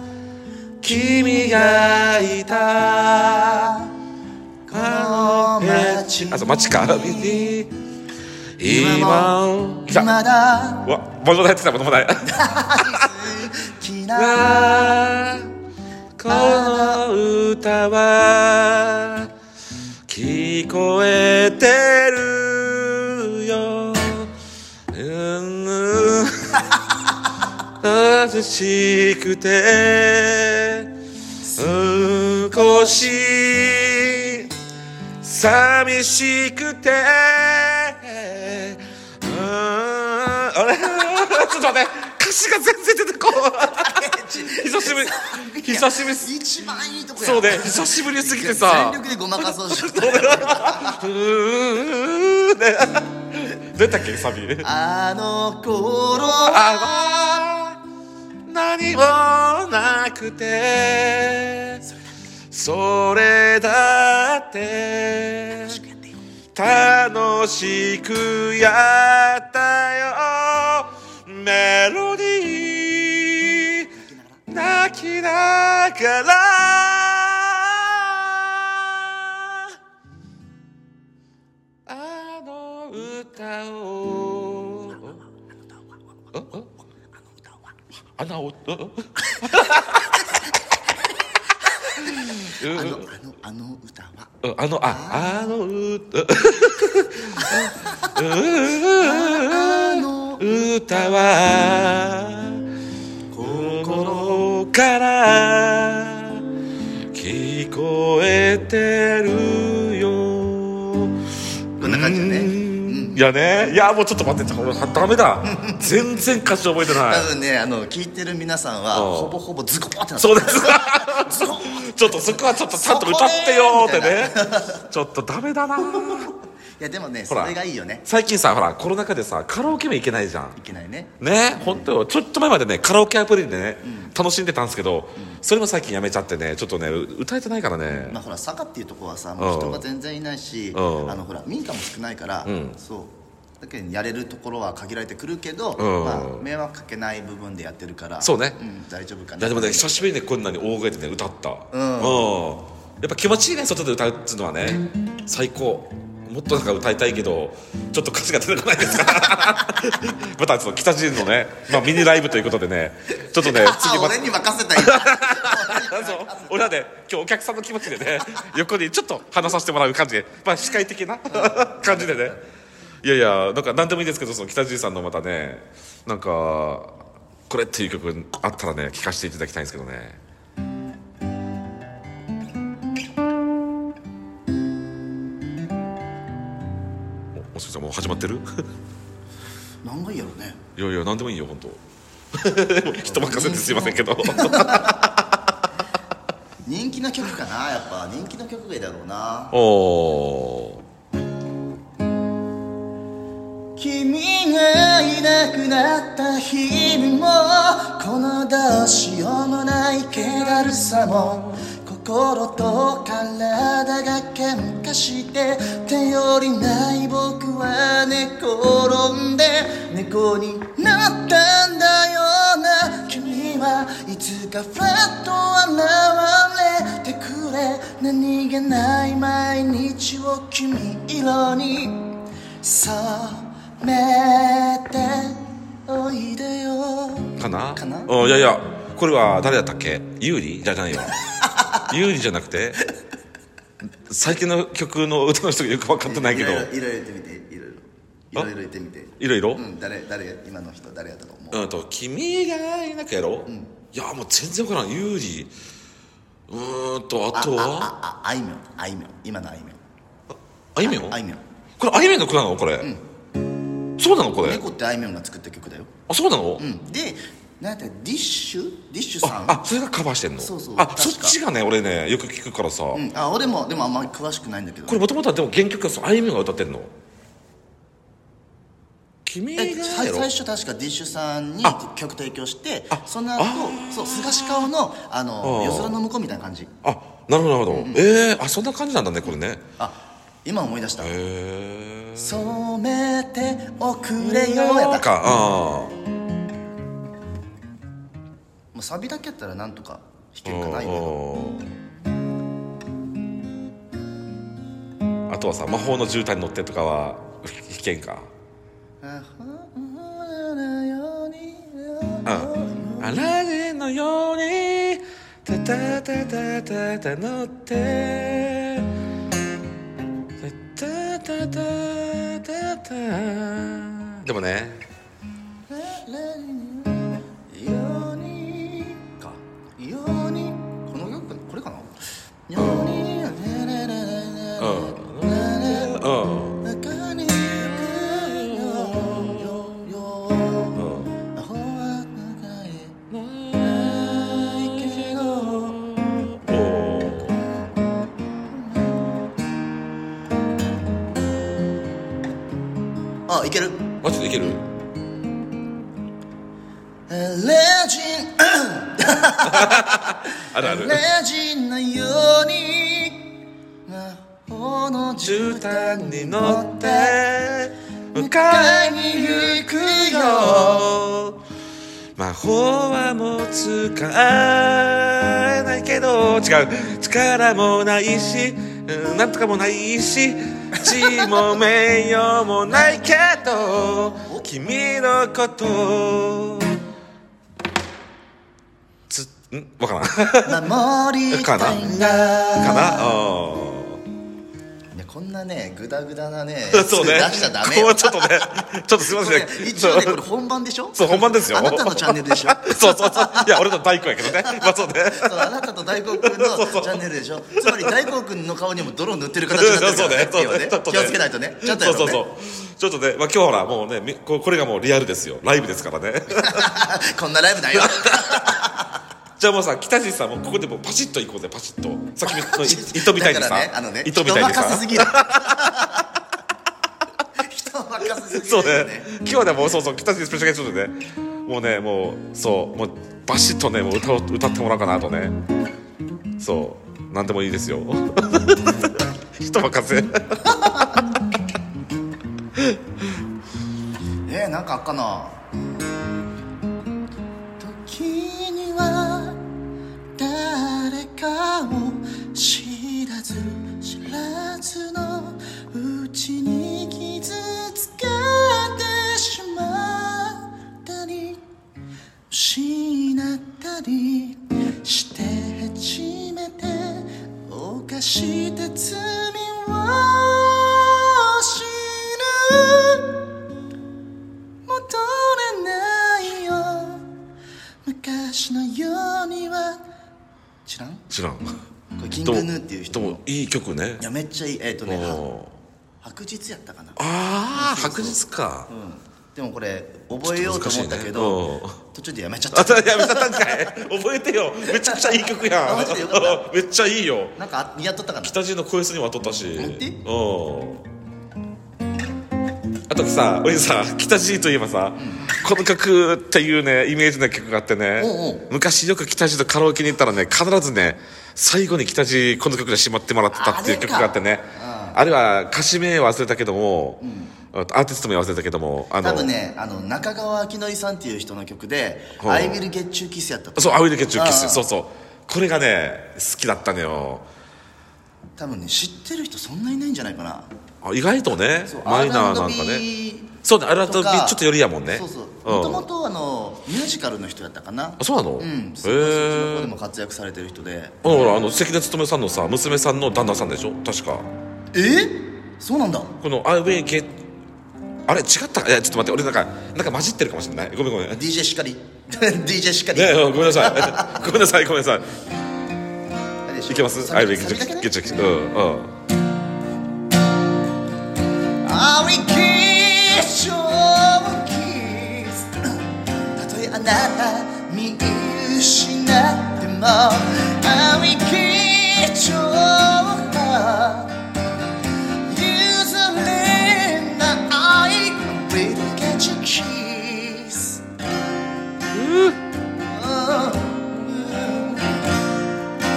Speaker 1: 君がいた
Speaker 2: この街に
Speaker 1: あそう街か今来
Speaker 2: 今
Speaker 1: た
Speaker 2: だ
Speaker 1: うわボンド入ってきたボンド入ってきた
Speaker 2: 好きな
Speaker 1: あーこの歌は聞こえてるようんうん貧しくて少し寂しくてうんあれ ちょっと待って歌詞が全然出てこない久しぶり久しぶりす
Speaker 2: 一番いいとこや
Speaker 1: そうね久しぶりすぎて
Speaker 2: 全
Speaker 1: さ
Speaker 2: 力でごまかそうしようと
Speaker 1: うー んね出たっけサビ
Speaker 2: あの頃
Speaker 1: あは何もなくてそれだって楽しくやったよメロディー泣きながらあの歌をあの歌 をあ
Speaker 2: あのあのあの歌は
Speaker 1: のああの歌
Speaker 2: あの
Speaker 1: 歌は心から聞こえてるよ
Speaker 2: こんな感感じだね
Speaker 1: いやねいやもうちょっと待って俺ダメだ全然歌詞覚えてない
Speaker 2: 多分ねあの聞いてる皆さんは
Speaker 1: うん
Speaker 2: ほぼほぼズコポってなって
Speaker 1: そうです
Speaker 2: ズコーン
Speaker 1: ちょっとそこはちょっとちゃんと歌ってよーってねちょっとダメだない
Speaker 2: やでもね
Speaker 1: ほ
Speaker 2: そ
Speaker 1: ら
Speaker 2: れがいいよね
Speaker 1: 最近さほらコロナ禍でさカラオケも行けないじゃん
Speaker 2: いけないね
Speaker 1: ね本当よちょっと前までねカラオケアプリでね、楽しんでたんですけど、それも最近やめちゃってねちょっとねう歌えてないからね、
Speaker 2: まあほら佐賀っていうとこはさもう人が全然いないしあ
Speaker 1: うん
Speaker 2: のほら民家も少ないから
Speaker 1: ん
Speaker 2: そうだけどやれるところは限られてくるけど
Speaker 1: ん
Speaker 2: まあ迷惑かけない部分でやってるから
Speaker 1: そうね
Speaker 2: ん大丈夫か
Speaker 1: い
Speaker 2: な
Speaker 1: やでもね久しぶりにねこんなに大声でね歌ったうん、やっぱ気持ちいいね外で歌うっていうのはね最高もっとなんか歌いたいけどちょっと歌詞が出てこないですから またその北陣のね、まあ、ミニライブということでねちょっとね次ま
Speaker 2: あ
Speaker 1: た
Speaker 2: 俺に任せたい
Speaker 1: そう俺はね今日お客さんの気持ちでね 横にちょっと話させてもらう感じで、まあ、司会的な 感じでねいやいやなんか何でもいいですけどその北爺さんのまたねなんかこれっていう曲あったらね聴かせていただきたいんですけどねおもしかしたらもう始まってる
Speaker 2: 何がいいやろね
Speaker 1: いやいや何でもいいよ本当 人任せですいませんけど
Speaker 2: 人気の曲かなやっぱ人気の曲がいいだろうな
Speaker 1: おお
Speaker 2: 君がいなくなった日々もこのどうしようもない気だるさも心と体が喧嘩して頼りない僕は寝転んで猫になったんだよな君はいつかふらっと現れてくれ何気ない毎日を君色に染めておいでよ
Speaker 1: かな
Speaker 2: かな
Speaker 1: うんいやいやこれは誰だったっけユーリじゃ ないわユーリじゃなくて最近の曲の歌の人がよく分かってないけど
Speaker 2: ろいろいろ言ってみていろい
Speaker 1: あ
Speaker 2: ろいろいろ言ってみて
Speaker 1: いろいろ
Speaker 2: うん誰誰今の人誰やったと思う
Speaker 1: うんと「君がいなくやろ」いやもう全然分からんユーリうーんとあとは
Speaker 2: あああいみょんあいみょん今のあいみょん
Speaker 1: あいみょん
Speaker 2: あいみょん
Speaker 1: これあいみょんの曲なのこれ、そうなのこれ
Speaker 2: 猫ってあいみょんが作った曲だよ
Speaker 1: あそうなの、
Speaker 2: うんでなんだっけディッシュディッシュさん
Speaker 1: ああそれがカバーしてんの
Speaker 2: そうそう
Speaker 1: あ
Speaker 2: 確か
Speaker 1: そっちがね俺ねよく聞くからさ、
Speaker 2: うんあ俺もでもあんまり詳しくないんだけど
Speaker 1: これもともとはでも原曲はそのあゆみが歌ってんの君が
Speaker 2: え最
Speaker 1: やろ
Speaker 2: 最初確かディッシュさんに
Speaker 1: あ
Speaker 2: 曲提供して
Speaker 1: あ
Speaker 2: その後そう菅氏顔のあの
Speaker 1: あー
Speaker 2: 夜空の向こうみたいな感じ
Speaker 1: あなるほどなるほど、ええあそんな感じなんだねこれね
Speaker 2: あ今思い出した
Speaker 1: へえ
Speaker 2: 染めておくれよや
Speaker 1: な
Speaker 2: っ
Speaker 1: ん
Speaker 2: た
Speaker 1: かあ
Speaker 2: もうサビだけやったらなんとか弾けるかな今
Speaker 1: ああとはさ魔法の絨毯に乗ってとかは 危険かうんアラジンのようにタタタタタタ乗ってタタタタタタでもね
Speaker 2: よにかよにこの曲これかなよに
Speaker 1: うんうんうんおー
Speaker 2: あいける
Speaker 1: マジでいける
Speaker 2: レジ
Speaker 1: あるあ
Speaker 2: ン
Speaker 1: る
Speaker 2: レジンのように魔法の
Speaker 1: 絨
Speaker 2: 絨
Speaker 1: 毯
Speaker 2: 毯に
Speaker 1: に
Speaker 2: 乗
Speaker 1: 乗
Speaker 2: っ
Speaker 1: ってて
Speaker 2: 迎
Speaker 1: 迎
Speaker 2: え
Speaker 1: え
Speaker 2: に
Speaker 1: に
Speaker 2: 行
Speaker 1: 行
Speaker 2: く
Speaker 1: く
Speaker 2: よ
Speaker 1: よ魔法はもう使えないけど違う力もないしうんなんとかもないし地も名誉もないけど君のことつんわ からん
Speaker 2: 守りたいん だ
Speaker 1: かなうん
Speaker 2: いやここんなねグダグダなね
Speaker 1: そうね
Speaker 2: 出しちゃダメ
Speaker 1: こ
Speaker 2: よ
Speaker 1: うちょっとねちょっとすいま
Speaker 2: こ
Speaker 1: せんね
Speaker 2: れね一応ね
Speaker 1: そう
Speaker 2: これ本番でしょ
Speaker 1: そう本番ですよ
Speaker 2: あなたのチャンネ ルでしょ
Speaker 1: そうそうそういや俺の大工やけどねまあそうね
Speaker 2: そうあなたと大光くんのチャンネルでしょつまり大光くんの顔にも泥を塗ってる形になってるからね
Speaker 1: そうそうね
Speaker 2: 今日ね気をつけないとねちょっとや
Speaker 1: そう
Speaker 2: ろ
Speaker 1: そうう
Speaker 2: ね
Speaker 1: そうちょっとね、まあ、今日ほらもうねみここれがもうリアルですよライブですからね
Speaker 2: こんなライブだよ
Speaker 1: じゃあもうさ北地さんもここでもうパシッと行こうぜパシッとさっき のい糸みたいに
Speaker 2: だ
Speaker 1: さ、
Speaker 2: からねあのね
Speaker 1: 糸みたいに
Speaker 2: 人任せ
Speaker 1: さ
Speaker 2: す ぎる人任せすぎる
Speaker 1: そう
Speaker 2: よ
Speaker 1: ね今日はねもうそうそう北地スペシャルゲストでねもうねもうそうもうバシッとねもう歌を歌ってもらおうかなとねそうなんでもいいですよ 人任せ
Speaker 2: えー、なんかあっかな時には誰かを知らず知らずのうちに傷つけてしまったり失ったりして初めて犯した罪を知る戻れないよ昔のようには知らんこ
Speaker 1: 知らん
Speaker 2: れキングヌーっていう人
Speaker 1: で
Speaker 2: も
Speaker 1: もいい曲ね
Speaker 2: いやめっちゃいいえっ、とねは
Speaker 1: おー
Speaker 2: 白日やったかな
Speaker 1: ああ白日か、
Speaker 2: うんでもこれ覚えようと思ったけ
Speaker 1: ちょっと難しい
Speaker 2: ど、
Speaker 1: ね
Speaker 2: 途中でやめちゃっ
Speaker 1: あ
Speaker 2: た
Speaker 1: たやめちゃったんかい覚えてよめちゃくちゃいい曲や
Speaker 2: あマジでよかっ
Speaker 1: ん めっちゃいいよ
Speaker 2: なんかあ似合っとったかな
Speaker 1: 北地の声質にも当たったし
Speaker 2: 本当
Speaker 1: うんあとさ俺さ北地といえばさ、この曲っていうねイメージの曲があってね
Speaker 2: おうおう
Speaker 1: 昔よく北地とカラオケに行ったらね必ずね最後に北地この曲で締まってもらってたっていう
Speaker 2: あれ
Speaker 1: 曲
Speaker 2: か
Speaker 1: があってね
Speaker 2: あ
Speaker 1: あれは歌詞名忘れたけども、アーティスト名忘れたけどもあ
Speaker 2: 多分ねあの中川明則さんっていう人の曲で「
Speaker 1: ほう
Speaker 2: I will get you kiss」やったと
Speaker 1: そう、アウイルケッチュキ
Speaker 2: あ
Speaker 1: ス。
Speaker 2: あ
Speaker 1: そうそう。これがね、好きだったのよ。
Speaker 2: 多分ね知ってる人そんないないんじゃないかな
Speaker 1: あ意外とね
Speaker 2: そう、
Speaker 1: マイナーなんかね。そうね、アラートビーちょっとよりやもんね。
Speaker 2: そうそう
Speaker 1: うん
Speaker 2: もともとあのミュージカルの人やったかな
Speaker 1: あ、そうなの
Speaker 2: うん
Speaker 1: へ
Speaker 2: そそこで
Speaker 1: え。
Speaker 2: も活躍されてる人で
Speaker 1: あほら、あの、関根勤さんのさ、娘さんの旦那さんでしょ確か。
Speaker 2: えそうなんだ
Speaker 1: この、アウェイケあれ違ったかいや、ちょっと待って、俺なんか、なんか混じってるかもしれない。ごめんごめん。ね
Speaker 2: DJ しかり DJ しかり、
Speaker 1: えうんごめんなさい。 ごめんなさい、ごめんなさい。
Speaker 2: あれでしょ
Speaker 1: いけます
Speaker 2: サ
Speaker 1: ア
Speaker 2: ビ
Speaker 1: ウェイケ
Speaker 2: サビだけね
Speaker 1: ッチュキス。うん、うん。
Speaker 2: I will kiss your kiss たとえあなた見失っても I will kiss your heart 譲れない I will get your kiss うんこ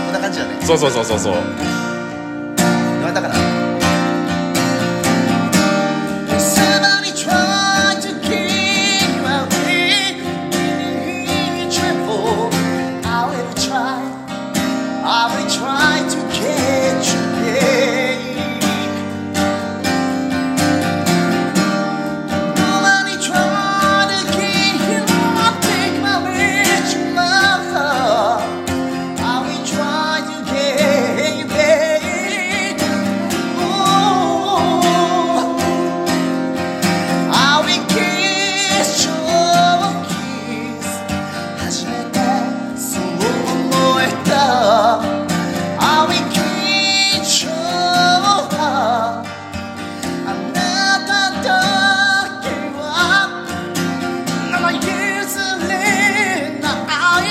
Speaker 2: んな感じだね
Speaker 1: そうそうそうそうそう。
Speaker 2: 言われたから Somebody tried to give you away Give you trouble I will try I will try to get you back Nobody tried to give you I take my wish my heart I will try to get you back Oh, I will kiss your kiss 初めてそう思えた I will kiss your heart あなただけは生譲れない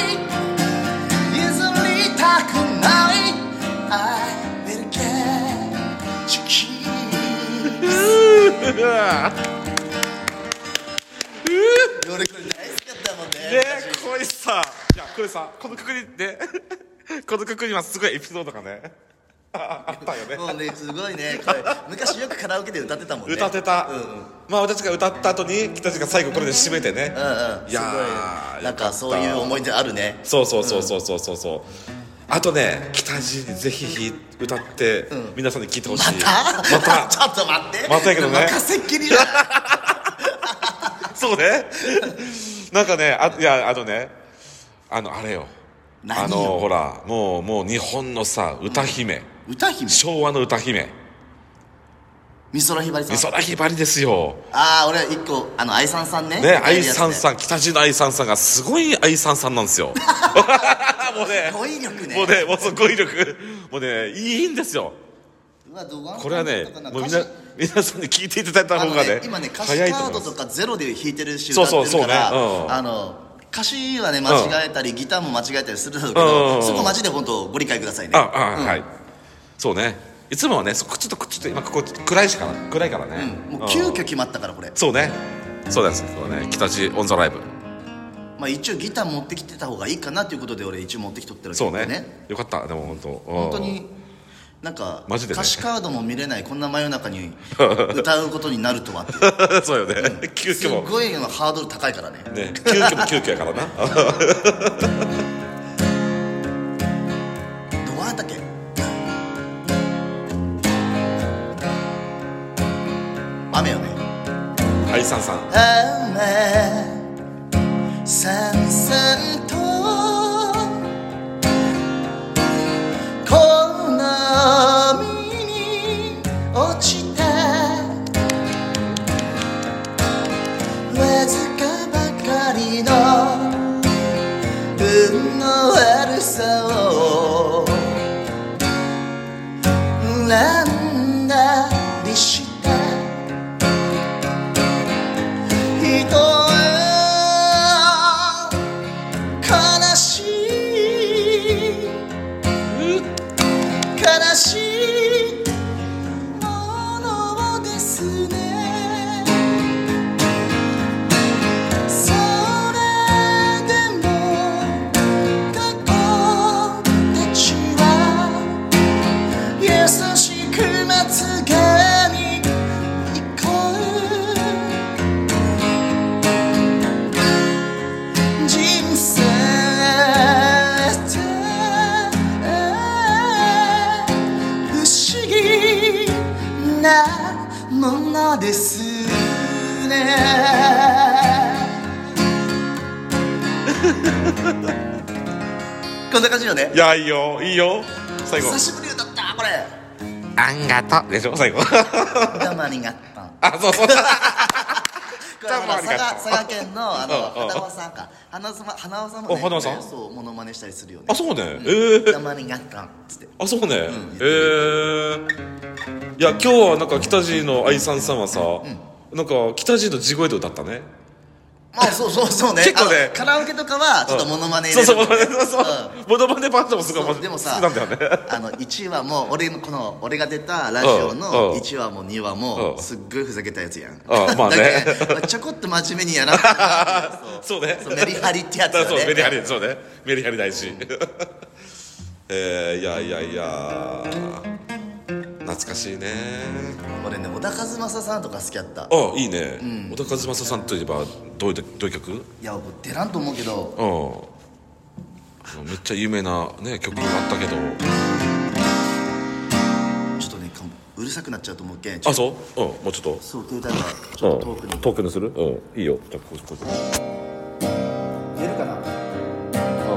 Speaker 2: 譲りたくない I will get you kiss
Speaker 1: うわ
Speaker 2: 俺これ大好きだったもんね
Speaker 1: ねこれさいやこれさこの曲にね この曲にはすごいエピソードがね ああったよね
Speaker 2: もうねすごいね これ昔よくカラオケで歌ってたもんね
Speaker 1: 歌ってた、
Speaker 2: うんうん
Speaker 1: まあ私が歌った後に北地が最後これで締めてね、
Speaker 2: うんうん
Speaker 1: いやー
Speaker 2: すごいなんかそういう思い出あるね
Speaker 1: そうそうそうそうそうそうそうあとね北地にぜひ歌って、皆さんに聴いてほしい
Speaker 2: ま
Speaker 1: ま
Speaker 2: ちょっと待って
Speaker 1: またやけどね
Speaker 2: 任せっきりだ
Speaker 1: たそうねなんかねあいやあのねあのあれよ
Speaker 2: 何よ
Speaker 1: あのほらもうもう日本のさ歌姫、
Speaker 2: 歌姫
Speaker 1: 昭和の歌姫
Speaker 2: 美空ひばりさん
Speaker 1: 美空ひばりですよ。
Speaker 2: ああ俺一個あの愛さんさんね
Speaker 1: ね、愛さんさ
Speaker 2: ん
Speaker 1: ん、北地の愛さんさんがすごい愛さんさんなんです よ。もうね、
Speaker 2: 語彙力ね
Speaker 1: もうね、もうすごい力。もうね、いいんですよ。
Speaker 2: うわどがん
Speaker 1: これはね
Speaker 2: だったか、な
Speaker 1: もうみ
Speaker 2: 歌
Speaker 1: な
Speaker 2: 詞、
Speaker 1: 皆さんに聞いていただいた
Speaker 2: あ
Speaker 1: 方
Speaker 2: の
Speaker 1: が
Speaker 2: ね
Speaker 1: ね、
Speaker 2: 今ね歌詞カ
Speaker 1: 早いと
Speaker 2: ー
Speaker 1: 思い
Speaker 2: ド
Speaker 1: ます
Speaker 2: と。かゼロで弾いてる集
Speaker 1: そう
Speaker 2: 団
Speaker 1: そう
Speaker 2: ってるから
Speaker 1: そうねうん
Speaker 2: あの歌詞はね間違えたり、ギターも間違えたりするだろうけど、
Speaker 1: うん
Speaker 2: そこマジで本当ご理解くださいね
Speaker 1: あ、あ、
Speaker 2: うん
Speaker 1: はい。そうね。いつもはね、そちょっと、ちょっと今ここ暗いしかな、暗いからね。
Speaker 2: も
Speaker 1: う
Speaker 2: うん急遽決まったからこれ、
Speaker 1: そうね。そうなんですよ。そうね、北地オンザライブ。
Speaker 2: まあ、一応ギター持ってきてた方がいいかなということで俺一応持ってきとってるわけ
Speaker 1: そう
Speaker 2: で
Speaker 1: ね。よかった、でも本当。
Speaker 2: 本当
Speaker 1: うん
Speaker 2: になんか
Speaker 1: マジでね
Speaker 2: 歌詞カードも見れないこんな真夜 中に歌うことになるとはっていう
Speaker 1: そうよね。急
Speaker 2: す
Speaker 1: 遽も。
Speaker 2: ごいのハードル高いからね
Speaker 1: ね、急遽も急遽やからな。
Speaker 2: どうやったっけ雨よね
Speaker 1: 愛さんさん。
Speaker 2: 雨さんさんとこの身に落ちたわずかばかりの運の悪さを恨んだりした人は悲しい悲しいものですねそれでも過去たちは優しくまつげに聞こえる人生って不思議なものです ねこんな感じよね
Speaker 1: いや、いいよ、いいよ。最後
Speaker 2: 久。しぶりだったこ れ
Speaker 1: あんがとう。でしょ、最後。
Speaker 2: どうもありがとう
Speaker 1: あ、そうそう。
Speaker 2: こ
Speaker 1: ど
Speaker 2: れ
Speaker 1: うもあ
Speaker 2: 佐
Speaker 1: り がとう
Speaker 2: 賀佐賀県のあの
Speaker 1: うんうん
Speaker 2: 花輪さんか花輪さん花輪さんも
Speaker 1: お花輪さん
Speaker 2: ねそうモノマネしたりするよね
Speaker 1: あ、そうね。ええ。
Speaker 2: どうもありがとうつって
Speaker 1: あそうね、
Speaker 2: ん
Speaker 1: えー、いや今日はなんか北地の愛さんさんはさ、なんか北地の地声で歌ったね
Speaker 2: まあそうそうそう ね
Speaker 1: 結構ね
Speaker 2: あのカラオケとかはちょっとモノマネ
Speaker 1: そうそうモ
Speaker 2: 入
Speaker 1: ノマ
Speaker 2: れ
Speaker 1: ネ
Speaker 2: る
Speaker 1: そうそうモノマネバンドもすごい
Speaker 2: そ
Speaker 1: 好
Speaker 2: う
Speaker 1: き
Speaker 2: でもさ
Speaker 1: なんだよね
Speaker 2: あの1話も俺のこの俺が出たラジオ
Speaker 1: うんう
Speaker 2: の
Speaker 1: ん
Speaker 2: 1話も2話
Speaker 1: う
Speaker 2: も
Speaker 1: ん
Speaker 2: すっごいふざけたやつやん
Speaker 1: あまあね
Speaker 2: だけどまあちょこっと真面目にやらなきゃなっていう
Speaker 1: そうね
Speaker 2: そうメリハリってやつ
Speaker 1: だ
Speaker 2: よ
Speaker 1: か
Speaker 2: ね
Speaker 1: らそうメリハリそうねメリハリ大事 えー、いやいやいや懐かしいね
Speaker 2: 俺ね小田和正さんとか好きやった
Speaker 1: あいいね、小田和正さんといえばどういうどういう曲
Speaker 2: いや僕出らんと思うけど
Speaker 1: うんめっちゃ有名な、ね、曲もあったけど
Speaker 2: ちょっとねかもうるさくなっちゃうと思うけんちょ
Speaker 1: あそううんもうちょっと
Speaker 2: そう携帯がちょっと遠くに
Speaker 1: 遠くにするうんいいよじゃあこここ
Speaker 2: 出るかな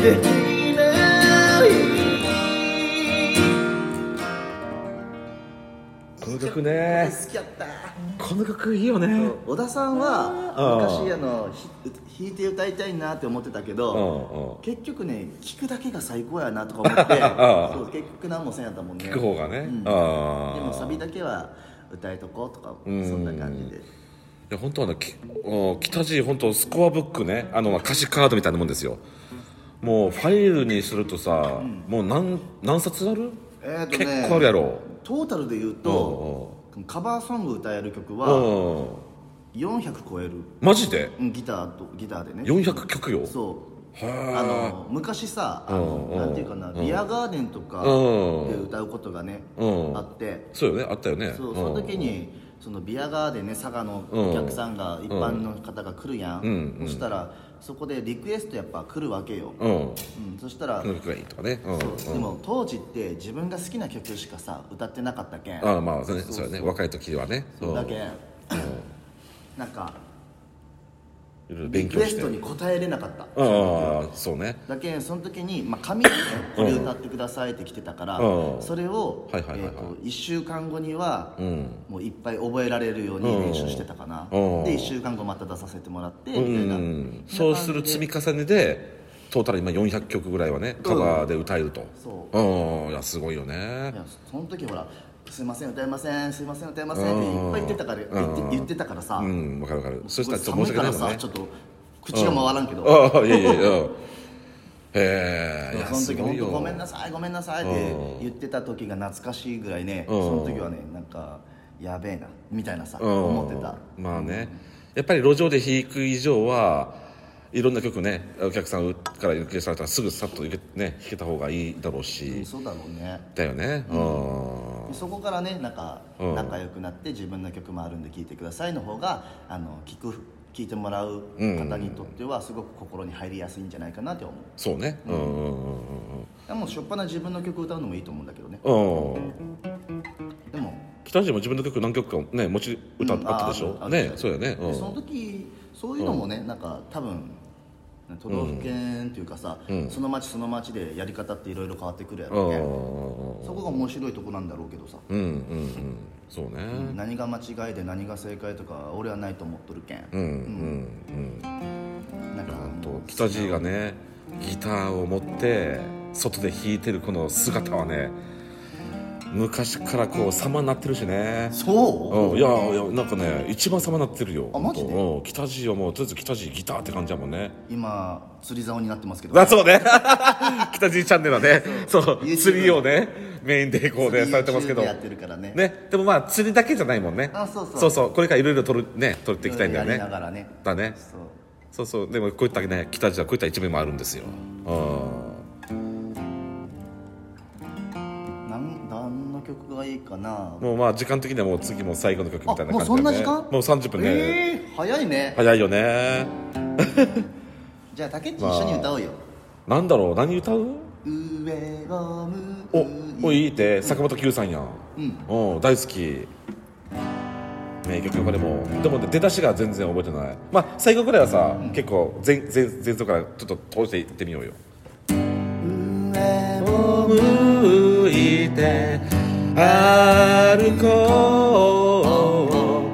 Speaker 2: できない
Speaker 1: この曲ね
Speaker 2: 好きやった
Speaker 1: この曲いいよね
Speaker 2: 小田さんは昔あのひ 弾いて歌いたいなって思ってたけ
Speaker 1: うん
Speaker 2: ど
Speaker 1: うん
Speaker 2: 結局ね聞くだけが最高やなとか思って
Speaker 1: ああ
Speaker 2: そう結局何もせんやったもんね
Speaker 1: 聞く方がね
Speaker 2: うん
Speaker 1: ああ
Speaker 2: でもサビだけは歌えとこうとかそ
Speaker 1: ん
Speaker 2: んな感じで
Speaker 1: いや本当はねきお北地本当スコアブックねあの歌詞カードみたいなもんですよもうファイルにするとさ、もう何何冊ある、
Speaker 2: えーとね
Speaker 1: 結構あるやろ
Speaker 2: トータルで言うとカバーソング歌える曲
Speaker 1: う
Speaker 2: は
Speaker 1: ん
Speaker 2: 400超える
Speaker 1: マジで
Speaker 2: うんギターとギターでね
Speaker 1: 400曲よ
Speaker 2: そあ
Speaker 1: は
Speaker 2: の昔さあ
Speaker 1: う
Speaker 2: の
Speaker 1: んうん
Speaker 2: なんていうかなビアガーデンとか
Speaker 1: うん
Speaker 2: で歌うことがね
Speaker 1: うん
Speaker 2: あって
Speaker 1: あそうよねあったよね
Speaker 2: そうその時にそのビアガーデンね佐賀のお客さんが一般の方が来るやんそしたらそこでリクエストやっぱ来るわけよ
Speaker 1: うんうん
Speaker 2: うんそしたら
Speaker 1: このくらいとかねうん
Speaker 2: そうでも当時って自分が好きな曲しかさ歌ってなかったけん
Speaker 1: ああまあそうねそうよね若い時はねそう
Speaker 2: だけん なんか
Speaker 1: いろいろ
Speaker 2: リ
Speaker 1: 勉
Speaker 2: ク
Speaker 1: 強
Speaker 2: エ
Speaker 1: し
Speaker 2: ス
Speaker 1: て
Speaker 2: トに応えれなかった
Speaker 1: ああそうね
Speaker 2: だけんその時に、まあ、紙にね「これ歌ってください」って来てたから、
Speaker 1: うん
Speaker 2: それを、
Speaker 1: はいはいはいはい
Speaker 2: えーと1週間後には、
Speaker 1: ん
Speaker 2: もういっぱい覚えられるように練習してたかな、
Speaker 1: うん
Speaker 2: で1週間後また出させてもらってみ
Speaker 1: う
Speaker 2: たいな、
Speaker 1: んそうする積み重ねでトータル今400曲ぐらいはねカバーで歌えると
Speaker 2: そ
Speaker 1: うんいやすごいよね
Speaker 2: いやその時ほら「すいません歌えませんすいません歌えません」っていっぱい言ってたから言って言ってたからさ、
Speaker 1: うんわかるわかるそしたらちょっと
Speaker 2: 寒
Speaker 1: 申
Speaker 2: い
Speaker 1: し訳
Speaker 2: か
Speaker 1: ないも
Speaker 2: ら
Speaker 1: ん
Speaker 2: さ
Speaker 1: ね
Speaker 2: ちょっと口が回らんけど、
Speaker 1: ああいやいやいやうんへえいや
Speaker 2: その
Speaker 1: す
Speaker 2: 時
Speaker 1: ごい
Speaker 2: 本当
Speaker 1: よ
Speaker 2: ごめんなさいごめんなさいって言ってた時が懐かしいぐらいねその時はねなんかやべえなみたいなさ
Speaker 1: うん
Speaker 2: 思ってた
Speaker 1: まあねやっぱり路上で弾く以上はいろんな曲ねお客さんから受けされたらすぐさっと、ね、弾けた方がいいだろうし
Speaker 2: そうだろうね
Speaker 1: だよねうん
Speaker 2: そこからねなんか
Speaker 1: うん
Speaker 2: 仲良くなって自分の曲もあるんで聴いてくださいの方があの聞く聞いてもらう方にとってはすごく心に入りやすいんじゃないかなって思う
Speaker 1: そうねうんうんうん
Speaker 2: でもしょっぱな自分の曲歌うのもいいと思うんだけどね
Speaker 1: うんうん
Speaker 2: でも
Speaker 1: 北島自分の曲何曲かね持ち歌あ
Speaker 2: うん
Speaker 1: ったでしょ、
Speaker 2: ああるあ
Speaker 1: ね
Speaker 2: る
Speaker 1: そうやね、う
Speaker 2: でその
Speaker 1: ん、
Speaker 2: 時そういうのもね、なんか多分都道府県っていうかさ、その町その町でやり方っていろいろ変わってくるやろうね、そこが面白いとこなんだろうけどさ、
Speaker 1: うんうんうんそうね、
Speaker 2: 何が間違いで何が正解とか俺はないと思っとるけん、
Speaker 1: うんうん
Speaker 2: なんか
Speaker 1: あと北地がねギターを持って外で弾いてるこの姿はね昔からこう様になってるしね
Speaker 2: そ
Speaker 1: う
Speaker 2: う、
Speaker 1: ん、いやいやなんかね一番様になってるよ
Speaker 2: あマジで
Speaker 1: うん、北地はもうとりあえず北地ギターって感じやもんね
Speaker 2: 今釣り竿になってますけど
Speaker 1: だそうね 北地チャンネルはねそう釣りをねメインでこうねされてますけど
Speaker 2: YouTube やってるからね
Speaker 1: ね、でもまあ釣りだけじゃないもんね
Speaker 2: あそうそう
Speaker 1: そうこれからいろいろ取るね取っていきたいんだよ
Speaker 2: やりな
Speaker 1: ね
Speaker 2: がらね
Speaker 1: だね
Speaker 2: そう
Speaker 1: そうそうでもこういったね北地はこういった一面もあるんですようん
Speaker 2: なん何の曲がいいかな
Speaker 1: もうまあ時間的にはもう次も最後の曲みたいな
Speaker 2: あも
Speaker 1: 感
Speaker 2: う
Speaker 1: じだよね
Speaker 2: そんな時間
Speaker 1: もう30分ね、
Speaker 2: えー、早いね
Speaker 1: 早いよね
Speaker 2: じゃあ竹内一緒に歌おうよ、
Speaker 1: なんだろう何歌う
Speaker 2: 上を
Speaker 1: お
Speaker 2: 向
Speaker 1: お
Speaker 2: い
Speaker 1: いいって坂本九さんやんうん、大好き名曲これもでもね出だしが全然覚えてないまあ最後ぐらいはさ、結構前前前奏からちょっと通していってみようよ
Speaker 2: 上を
Speaker 1: 向いて歩こ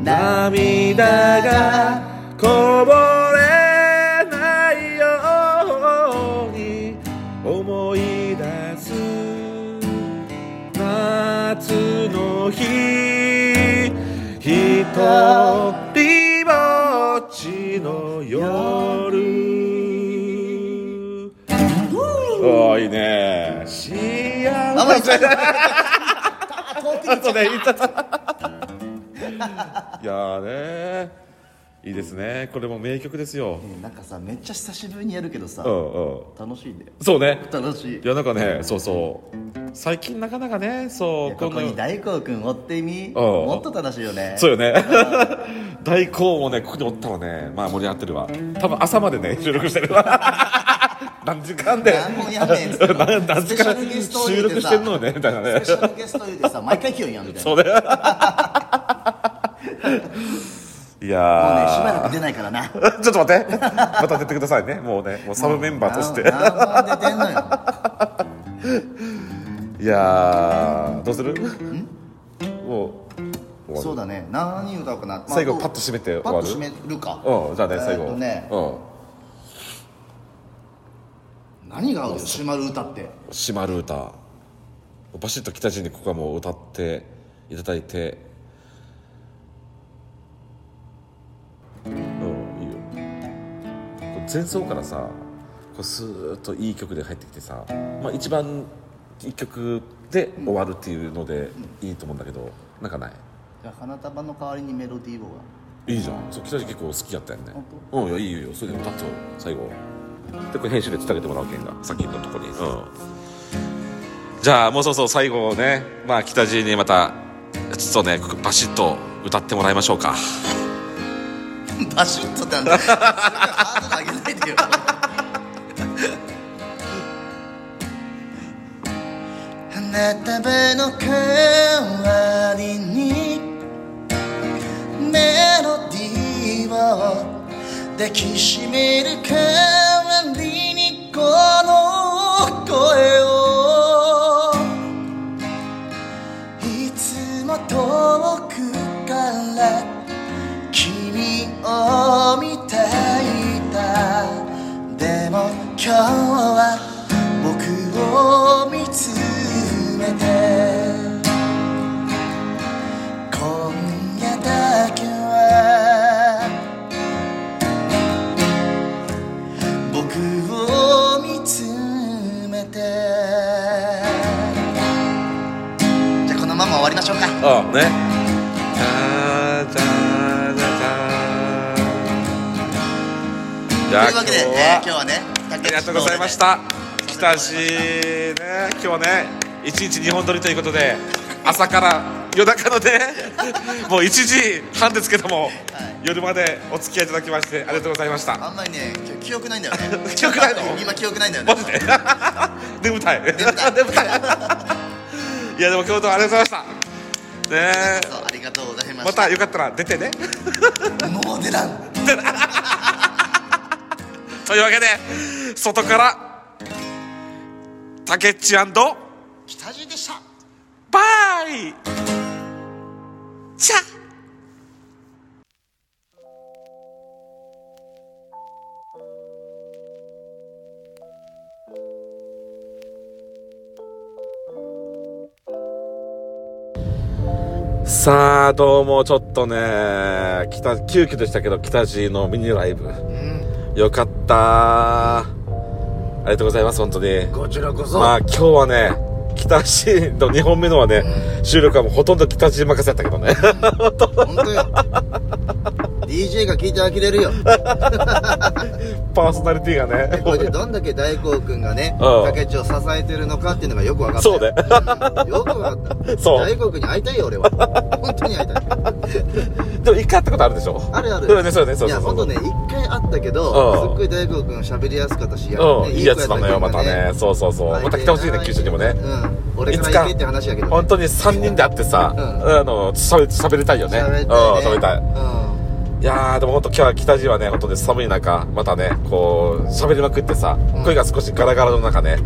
Speaker 1: う涙がこぼれないように思い出す夏の日ひとりぼっちの夜おーいいね幸せあとね言っちゃったいやーねいいですねこれも名曲ですよ
Speaker 2: ねなんかさめっちゃ久しぶりにやるけどさ、
Speaker 1: うんうん
Speaker 2: 楽しいんだよ
Speaker 1: そうね
Speaker 2: 楽しい
Speaker 1: いやなんかねそうそう最近なかなかねそう
Speaker 2: ここ
Speaker 1: な
Speaker 2: に大光くん追ってみ
Speaker 1: うん
Speaker 2: もっと楽しいよね
Speaker 1: そうよね大根もねここにおったらねまあ盛り上がってるわ多分朝までね収録して るわ何時間で
Speaker 2: 何本やんね んっつって
Speaker 1: 何何時間
Speaker 2: スペシャルゲストを入
Speaker 1: 収
Speaker 2: れて
Speaker 1: 録
Speaker 2: さ
Speaker 1: してんのねみたいなね
Speaker 2: スペシャルゲスト言うてさ毎回来よんやん みたいな
Speaker 1: そう
Speaker 2: もうね
Speaker 1: ね。 い
Speaker 2: しばら
Speaker 1: や
Speaker 2: く出ないからな
Speaker 1: ー、 ちょっと待って。また出てくださいね。もうね、もうサブメンバーとして。
Speaker 2: 何本出てんのよ
Speaker 1: いやー、どうする？もう終わる
Speaker 2: そうだね何歌おうかな、まあ
Speaker 1: 最後パッと締めて終
Speaker 2: パ
Speaker 1: わ
Speaker 2: ッ
Speaker 1: る
Speaker 2: と締めるか
Speaker 1: うん、じゃあね最
Speaker 2: えー
Speaker 1: 後。
Speaker 2: っとね
Speaker 1: う
Speaker 2: 何が合うよ締まる歌って
Speaker 1: ん。シマルータ。バシッと北人にここはもう歌っていただいて。うん、いいよ。こう前奏からさこうスーッといい曲で入ってきてさ、まあ、一番いい曲で終わるっていうのでいいと思うんだけどなんかない
Speaker 2: じゃあ花束の代わりにメロディーをが
Speaker 1: いいじゃんそう北地結構好きやったよね
Speaker 2: 本
Speaker 1: うんいやいいよいいよそれで歌っちゃう最後
Speaker 2: 「
Speaker 1: でこれ編集でつなげてもらうけんが先のとこに、うん、じゃあもうそうそう最後ねまあ北地にまたちょっとねバシッと歌ってもらいましょうか
Speaker 3: バシッとってなん だそれからハードル上げないでよ花束の代わりにメロディーを抱きしめる代わりにこの声をいつも遠くから君を見ていたでも今日は僕を見つめて今夜だけは僕を見つめてじゃあこのまま終わりましょうか
Speaker 1: うんねタタタタじ
Speaker 3: と
Speaker 1: ゃあ
Speaker 3: いう
Speaker 1: 今
Speaker 3: わけで、
Speaker 1: 日
Speaker 3: えー今日
Speaker 1: は
Speaker 3: はねあ
Speaker 1: ありがとうございました北地ね今日ね一日日本撮りということで朝から夜中の ねもう1時半ですけども、夜までお付き合いいただきましてありがとうございました
Speaker 3: あんまりね今日記憶ないんだよね
Speaker 1: 記憶ないの
Speaker 3: 今記憶ないんだよね
Speaker 1: マジで眠たい
Speaker 3: 眠 たい
Speaker 1: 眠たいいやでも今日とありがとうございましたねえ
Speaker 3: そうありがとうございま
Speaker 1: ま
Speaker 3: した
Speaker 1: たよかったら出てね
Speaker 3: もう出らん
Speaker 1: というわけで外からタケッチバ
Speaker 3: 北地でした
Speaker 1: イチャさあどうもちょっとね北急遽でしたけど北地のミニライブ、よかったありがとうございます本当に
Speaker 3: こちらこそ
Speaker 1: まあ今日はね北地の2本目のはね収録はもうほとんど北地に任せたけどね
Speaker 2: 本当よ DJ が聞いて呆れるよ
Speaker 1: パーソナリティがね
Speaker 2: これでどんだけ大光君がね
Speaker 1: うん
Speaker 2: 竹内を支えてるのかっていうのがよく分かった
Speaker 1: そうね
Speaker 2: よよく分かった
Speaker 1: そう
Speaker 2: 大光君に会いたいよ俺は本当に会いたい
Speaker 1: でも一回やったことあるでしょ
Speaker 2: あるある
Speaker 1: そうだねそうだねそう
Speaker 2: い
Speaker 1: そ
Speaker 2: や
Speaker 1: うそ
Speaker 2: 本
Speaker 1: う
Speaker 2: 当ね一回会ったけ
Speaker 1: うん
Speaker 2: どすっごい大光君喋りやすかったし
Speaker 1: うん、いいやつな
Speaker 2: だ
Speaker 1: のよ、またね。そうそうそう。また来てほしいね、九州にもね。
Speaker 2: うん俺から行けって話やけどね
Speaker 1: 本当に3人で会ってさ、
Speaker 2: うん
Speaker 1: あの、しゃべ、しゃべりたいよね。
Speaker 2: 喋りたいね
Speaker 1: うん、しゃべりたい。いやー、でも本当今日は北地はね、本当に寒い中、またね、こう、喋りまくってさ、
Speaker 2: うん
Speaker 1: 声が少しガラガラの中ね、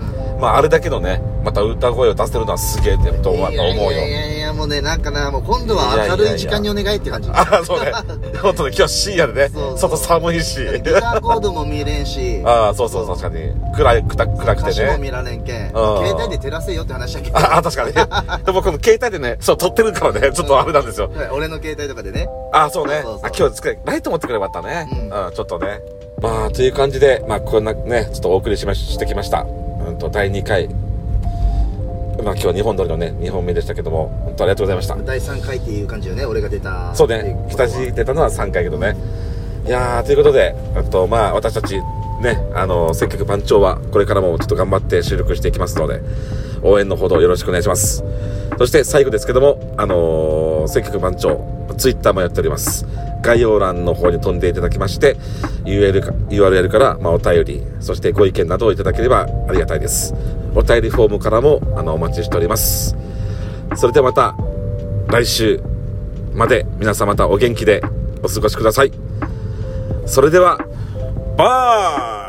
Speaker 1: まあ、あれだけのね、また歌声を出せるのはすげえってと思う
Speaker 2: い
Speaker 1: と
Speaker 2: や
Speaker 1: 思う
Speaker 2: いやい
Speaker 1: よ。
Speaker 2: やいやもうねなんかなもう今度は明るい時間にお願いって感じ
Speaker 1: あ、そう ね。本当に今日深夜でね
Speaker 2: そ、う
Speaker 1: 外寒いし。
Speaker 2: ギターコードも見れんし
Speaker 1: ああ、そうそう、確かに。暗い、くた暗く
Speaker 2: 歌
Speaker 1: て
Speaker 2: 詞も
Speaker 1: ね。
Speaker 2: 見られんけん
Speaker 1: うん
Speaker 2: 携帯で照らせよって話だけど
Speaker 1: ああ、確かに。でもこの携帯でね、そう、撮ってるからね、ちょっとあれなんですよ。
Speaker 2: はい俺の携帯とかでね
Speaker 1: あ、そうね。
Speaker 2: そうそう
Speaker 1: あ、今日つけ、ライト持ってくればよかったね。
Speaker 2: うん
Speaker 1: うん、ちょっとね。まあ、という感じで、まあ、こんなね、ちょっとお送りしまし、してきました。うんと、第2回。まあ、今日2本撮りのね、2本目でしたけども、本当ありがとうございました。
Speaker 2: 第3回っていう感じよね俺が出た
Speaker 1: そうね、北地出たのは3回けどね。いやー、ということで、えっと、まあ、私たち、ね、あの、せっかく番長は、これからもちょっと頑張って収録していきますので、応援のほどよろしくお願いします。そして最後ですけども、あのー、せっかく番長、ツイッターもやっております。概要欄の方に飛んでいただきまして、URL か URL から、まあ、お便り、そしてご意見などをいただければありがたいです。お便りフォームからも、あの、お待ちしております。それではまた、来週まで皆様またお元気でお過ごしください。それでは、バイ